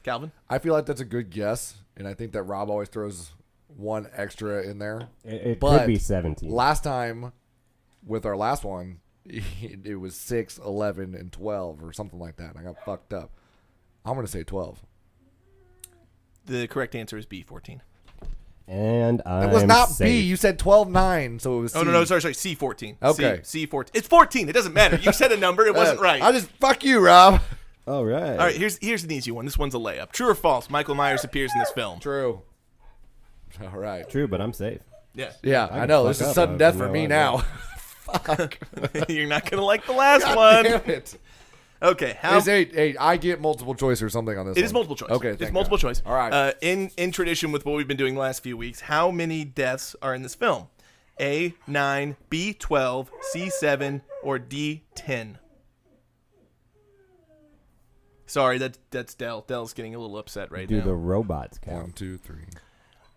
Speaker 1: Calvin?
Speaker 3: I feel like that's a good guess and I think that Rob always throws one extra in there.
Speaker 4: It, it
Speaker 3: But
Speaker 4: could be 17.
Speaker 3: Last time with our last one, <laughs> it was 6, 11 and 12 or something like that. And I got fucked up. I'm going to say 12.
Speaker 1: The correct answer is B14.
Speaker 4: and I
Speaker 3: It was not B. You said 12 9, so it was
Speaker 1: Oh no, no, sorry, sorry, C fourteen.
Speaker 3: Okay.
Speaker 1: C fourteen. It's fourteen. It doesn't matter. You said a number. It wasn't
Speaker 3: Uh,
Speaker 1: right.
Speaker 3: <laughs> I just fuck you, <laughs> Rob.
Speaker 4: All right.
Speaker 1: All right, here's here's an easy one. This one's a layup. True or false? Michael Myers appears in this film.
Speaker 3: True. All right.
Speaker 4: True, but I'm safe.
Speaker 3: <laughs>
Speaker 1: Yeah. <laughs>
Speaker 3: Yeah, I,
Speaker 4: could
Speaker 3: uh, know.
Speaker 4: fuck
Speaker 3: This is
Speaker 4: up,
Speaker 3: sudden
Speaker 4: I
Speaker 3: death
Speaker 4: have
Speaker 3: for
Speaker 4: no
Speaker 3: me
Speaker 4: idea.
Speaker 3: <laughs> now.
Speaker 1: <laughs> You're not going to like the last
Speaker 3: God
Speaker 1: one.
Speaker 3: damn it.
Speaker 1: Okay. How
Speaker 3: It's eight, eight. I get multiple choice or something on this.
Speaker 1: It is
Speaker 3: one.
Speaker 1: multiple choice.
Speaker 3: Okay,
Speaker 1: it's
Speaker 3: thank
Speaker 1: multiple
Speaker 3: God.
Speaker 1: choice.
Speaker 3: All right.
Speaker 1: Uh, in in tradition with what we've been doing the last few weeks, how many deaths are in this film? A nine, B twelve, C seven, or D ten? Sorry, that that's Dell. Dell's getting a little upset right
Speaker 4: Do
Speaker 1: now.
Speaker 4: the robots count?
Speaker 3: One, two, three.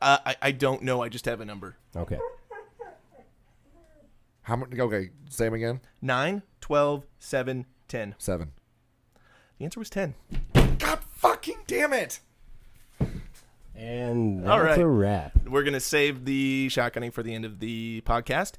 Speaker 1: Uh, I I don't know. I just have a number.
Speaker 4: Okay.
Speaker 3: How many? Okay, same again.
Speaker 1: Nine, twelve, seven, ten.
Speaker 3: Seven.
Speaker 1: The answer was ten.
Speaker 3: God fucking damn it!
Speaker 4: And that's
Speaker 1: All right.
Speaker 4: a wrap.
Speaker 1: we're gonna save the shotgunning for the end of the podcast.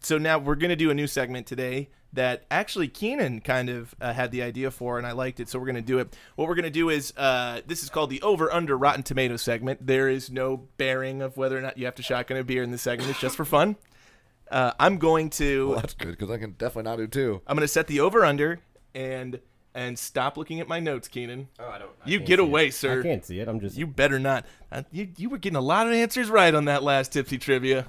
Speaker 1: So now we're gonna do a new segment today that actually Keenan kind of uh, had the idea for, and I liked it. So we're gonna do it. What we're gonna do is uh, this is called the over under Rotten Tomato segment. There is no bearing of whether or not you have to shotgun a beer in this segment. It's just for fun. Uh, I'm going to
Speaker 3: Well, that's good because I can definitely not do two.
Speaker 1: I'm gonna set the over under and and stop looking at my notes, Keenan.
Speaker 5: Oh, I don't. I
Speaker 1: You
Speaker 5: can't
Speaker 1: get
Speaker 5: see it.
Speaker 1: away,
Speaker 4: I
Speaker 1: sir.
Speaker 4: can't see it. I'm just.
Speaker 1: You better not. Uh, You, you were getting a lot of answers right on that last tipsy trivia.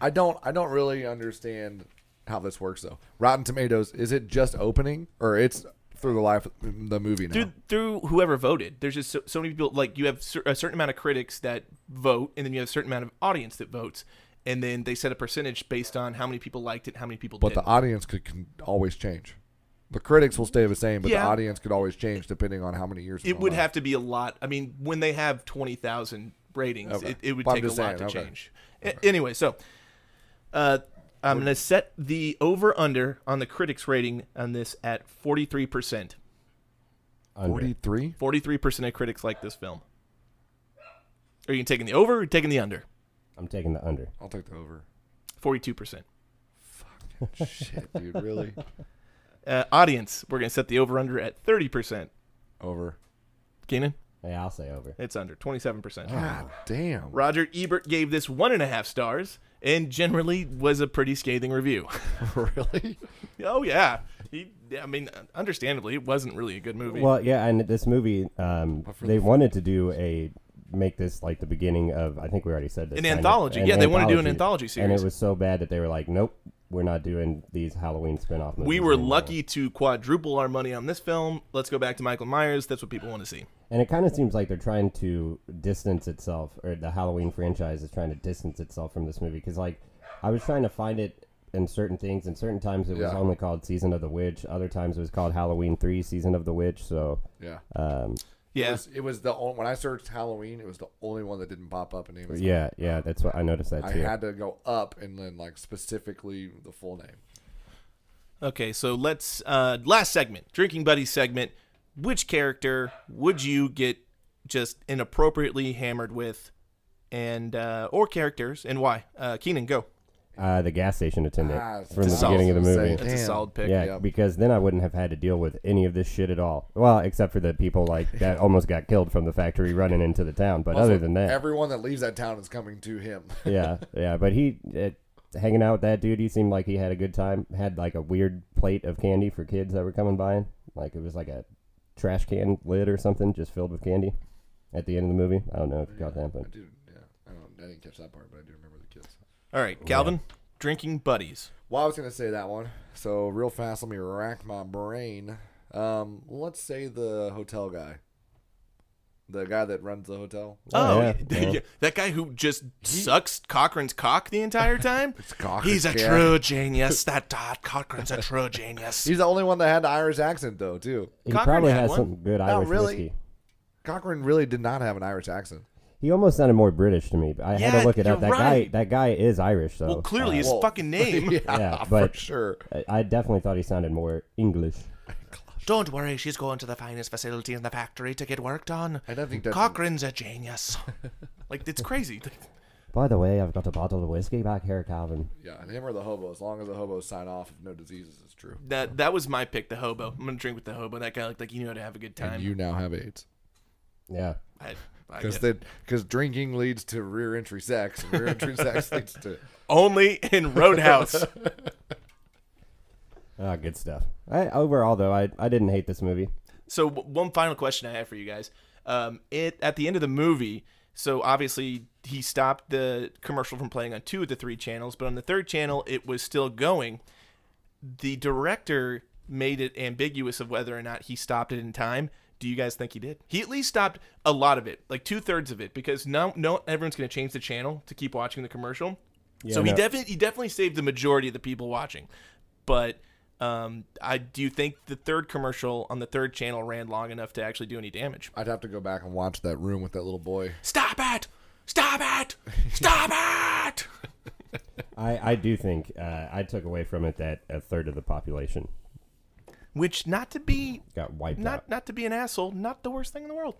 Speaker 3: I don't. I don't really understand how this works though. Rotten Tomatoes. Is it just opening or it's through the life of the movie now?
Speaker 1: through through whoever voted. There's just so, so many people. Like you have cer- a certain amount of critics that vote, and then you have a certain amount of audience that votes, and then they set a percentage based on how many people liked it, how many people
Speaker 3: but
Speaker 1: didn't.
Speaker 3: the audience could can always change. The critics will stay the same, but
Speaker 1: Yeah.
Speaker 3: the audience could always change depending on how many years.
Speaker 1: it would have to be a lot. I mean, when they have twenty thousand ratings,
Speaker 3: Okay.
Speaker 1: it, it would
Speaker 3: Well, I'm
Speaker 1: take a lot
Speaker 3: just
Speaker 1: to
Speaker 3: saying, okay.
Speaker 1: change. A- Anyway, so uh, I'm going to set the over under on the critics rating on this at forty three percent.
Speaker 4: under.
Speaker 3: forty three.
Speaker 1: Forty three percent of critics like this film. Are you taking the over or taking the under?
Speaker 4: I'm taking the under.
Speaker 3: I'll take the over. <laughs>
Speaker 1: Forty two percent.
Speaker 3: Shit, dude, really?
Speaker 1: Uh, audience, we're going to set the over under at 30%.
Speaker 3: Over.
Speaker 1: Keenan,
Speaker 4: Yeah, I'll say over.
Speaker 1: it's under
Speaker 4: Oh.
Speaker 1: 27%.
Speaker 3: God damn.
Speaker 1: Roger Ebert gave this one and a half stars and generally was a pretty scathing review.
Speaker 3: <laughs>
Speaker 1: <laughs>
Speaker 3: really?
Speaker 1: oh, yeah. He, I mean, understandably, it wasn't really a good movie.
Speaker 4: Well, yeah, and this movie, um, they wanted to do a make this like the beginning of. I think we already said this.
Speaker 1: An
Speaker 4: kind of-
Speaker 1: anthology. Yeah, they wanted to do an anthology
Speaker 4: and
Speaker 1: series.
Speaker 4: it was so bad that they were like, "Nope, we're not doing these Halloween spinoff movies."
Speaker 1: we were
Speaker 4: anymore."
Speaker 1: lucky to quadruple our money on this film. Let's go back to Michael Myers. That's what people want to see.
Speaker 4: and it kind of seems like they're trying to distance itself, or the Halloween franchise is trying to distance itself from this movie because, like, I was trying to find it in certain things, and certain times it was
Speaker 3: Yeah.
Speaker 4: only called Season of the Witch, other times it was called Halloween Three: Season of the Witch. So,
Speaker 3: Yeah.
Speaker 4: um,
Speaker 1: Yeah.
Speaker 3: It, was, it was the only, when I searched Halloween, it was the only one that didn't pop up in Amazon.
Speaker 4: yeah, yeah, that's what I noticed that
Speaker 3: I
Speaker 4: too.
Speaker 3: had to go up and then like specifically the full name.
Speaker 1: Okay, so let's uh last segment, drinking buddies segment. Which character would you get just inappropriately hammered with, and uh, or characters, and why? Uh, Keenan, go.
Speaker 4: Uh, the gas station attendant
Speaker 3: Ah, it's
Speaker 4: from the
Speaker 1: solid.
Speaker 4: beginning of the movie.
Speaker 3: Same.
Speaker 1: That's a
Speaker 3: Damn.
Speaker 1: solid pick.
Speaker 4: Yeah,
Speaker 3: yeah.
Speaker 4: because then I wouldn't have had to deal with any of this shit at all. Well, except for the people like
Speaker 3: <laughs>
Speaker 4: that almost got killed from the factory running into the town. But other
Speaker 3: Also,
Speaker 4: than that,
Speaker 3: everyone that leaves that town is coming to him. <laughs>
Speaker 4: yeah, yeah. But he uh, hanging out with that dude. He seemed like he had a good time. Had like a weird plate of candy for kids that were coming by. Like it was like a trash can lid or something just filled with candy. At the end of the movie, I don't know if you caught that, but
Speaker 3: Dude, yeah. I, don't, I didn't catch that part, but I do remember the kids.
Speaker 1: All right, Calvin, drinking buddies.
Speaker 3: Well, I was gonna say that one. So real fast, let me rack my brain. Um, let's say the hotel guy, the guy that runs the hotel.
Speaker 1: Oh,
Speaker 4: Oh, yeah,
Speaker 1: yeah, <laughs>
Speaker 4: yeah.
Speaker 1: that guy who just sucks Cochrane's cock the entire time.
Speaker 3: Cochrane's
Speaker 1: He's a
Speaker 3: cock.
Speaker 1: true genius. That Todd Cochrane's a true genius.
Speaker 3: He's the only one that had the Irish accent though, too.
Speaker 4: he
Speaker 1: Cochran
Speaker 4: probably
Speaker 1: had
Speaker 4: has
Speaker 1: one.
Speaker 4: some good
Speaker 3: Not
Speaker 4: Irish
Speaker 3: really.
Speaker 4: whiskey.
Speaker 3: Cochran really did not have an Irish accent.
Speaker 4: He almost sounded more British to me. But I had
Speaker 1: Yeah,
Speaker 4: to look it
Speaker 1: you're
Speaker 4: up. That
Speaker 1: right.
Speaker 4: guy, that guy is Irish, though.
Speaker 1: Well, clearly his
Speaker 3: Well, <laughs>
Speaker 1: fucking name.
Speaker 4: Yeah,
Speaker 3: for
Speaker 4: but-
Speaker 3: sure.
Speaker 4: I- I definitely thought he sounded more English.
Speaker 1: Don't worry, she's going to the finest facility in the factory to get worked on.
Speaker 3: I don't think that's-
Speaker 1: Cochrane's a genius. <laughs> like it's crazy.
Speaker 4: By the way, I've got a bottle of whiskey back here, Calvin.
Speaker 3: Yeah, and him or the hobo. As long as the hobos sign off if no diseases, it's true.
Speaker 1: That that was my pick, the hobo. I'm gonna drink with the hobo. That guy looked like he knew how to have a good time.
Speaker 3: And you now have AIDS
Speaker 4: Yeah.
Speaker 1: I, I
Speaker 3: because
Speaker 1: get-
Speaker 3: because drinking leads to rear entry sex. and Rear entry sex leads to
Speaker 1: only
Speaker 3: <laughs>
Speaker 1: in Roadhouse.
Speaker 4: Ah, good stuff. I, overall, though, I, I didn't hate this movie.
Speaker 1: so w- one final question I have for you guys. Um, it at the end of the movie. So obviously he stopped the commercial from playing on two of the three channels, but on the third channel it was still going. The director made it ambiguous of whether or not he stopped it in time. Do you guys think he did? He at least stopped a lot of it, like two thirds of it, because no, no, everyone's going to change the channel to keep watching the commercial. so he
Speaker 4: no.
Speaker 1: definitely, he definitely saved the majority of the people watching. But um, I do think the third commercial on the third channel ran long enough to actually do any damage.
Speaker 3: I'd have to go back and watch that room with that little boy.
Speaker 1: Stop it! Stop it! Stop it!
Speaker 4: I, I do think uh, I took away from it that a third of the population
Speaker 1: Which, not to be,
Speaker 4: got wiped
Speaker 1: not
Speaker 4: out.
Speaker 1: not to be an asshole, not the worst thing in the world.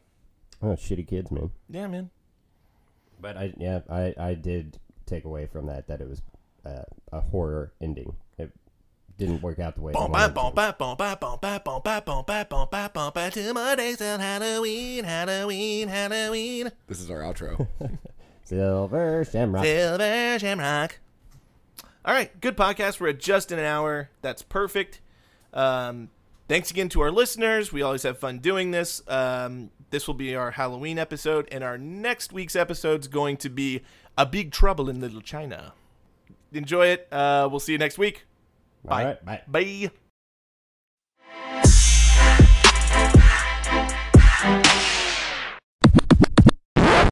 Speaker 4: Oh, shitty kids, man.
Speaker 1: Yeah, man.
Speaker 4: But I yeah I, I did take away from that that it was uh, a horror ending. It didn't work out the way. I
Speaker 1: Bom,
Speaker 4: wanted
Speaker 1: bom,
Speaker 4: to.
Speaker 1: bom, bom, bom, bom, bom, bom, bom, bom, bom, bom, bom, bom, bom, bom, Two more days till Halloween, Halloween, Halloween.
Speaker 3: This is our outro.
Speaker 4: Silver Shamrock.
Speaker 1: Silver Shamrock. All right, good podcast. We're at just an hour. That's perfect. Um, thanks again to our listeners. We always have fun doing this. Um, this will be our Halloween episode, and our next week's episode's going to be a big trouble in Little China. Enjoy it. Uh, we'll see you next week.
Speaker 4: All
Speaker 1: Bye.
Speaker 4: right, bye.
Speaker 1: Bye.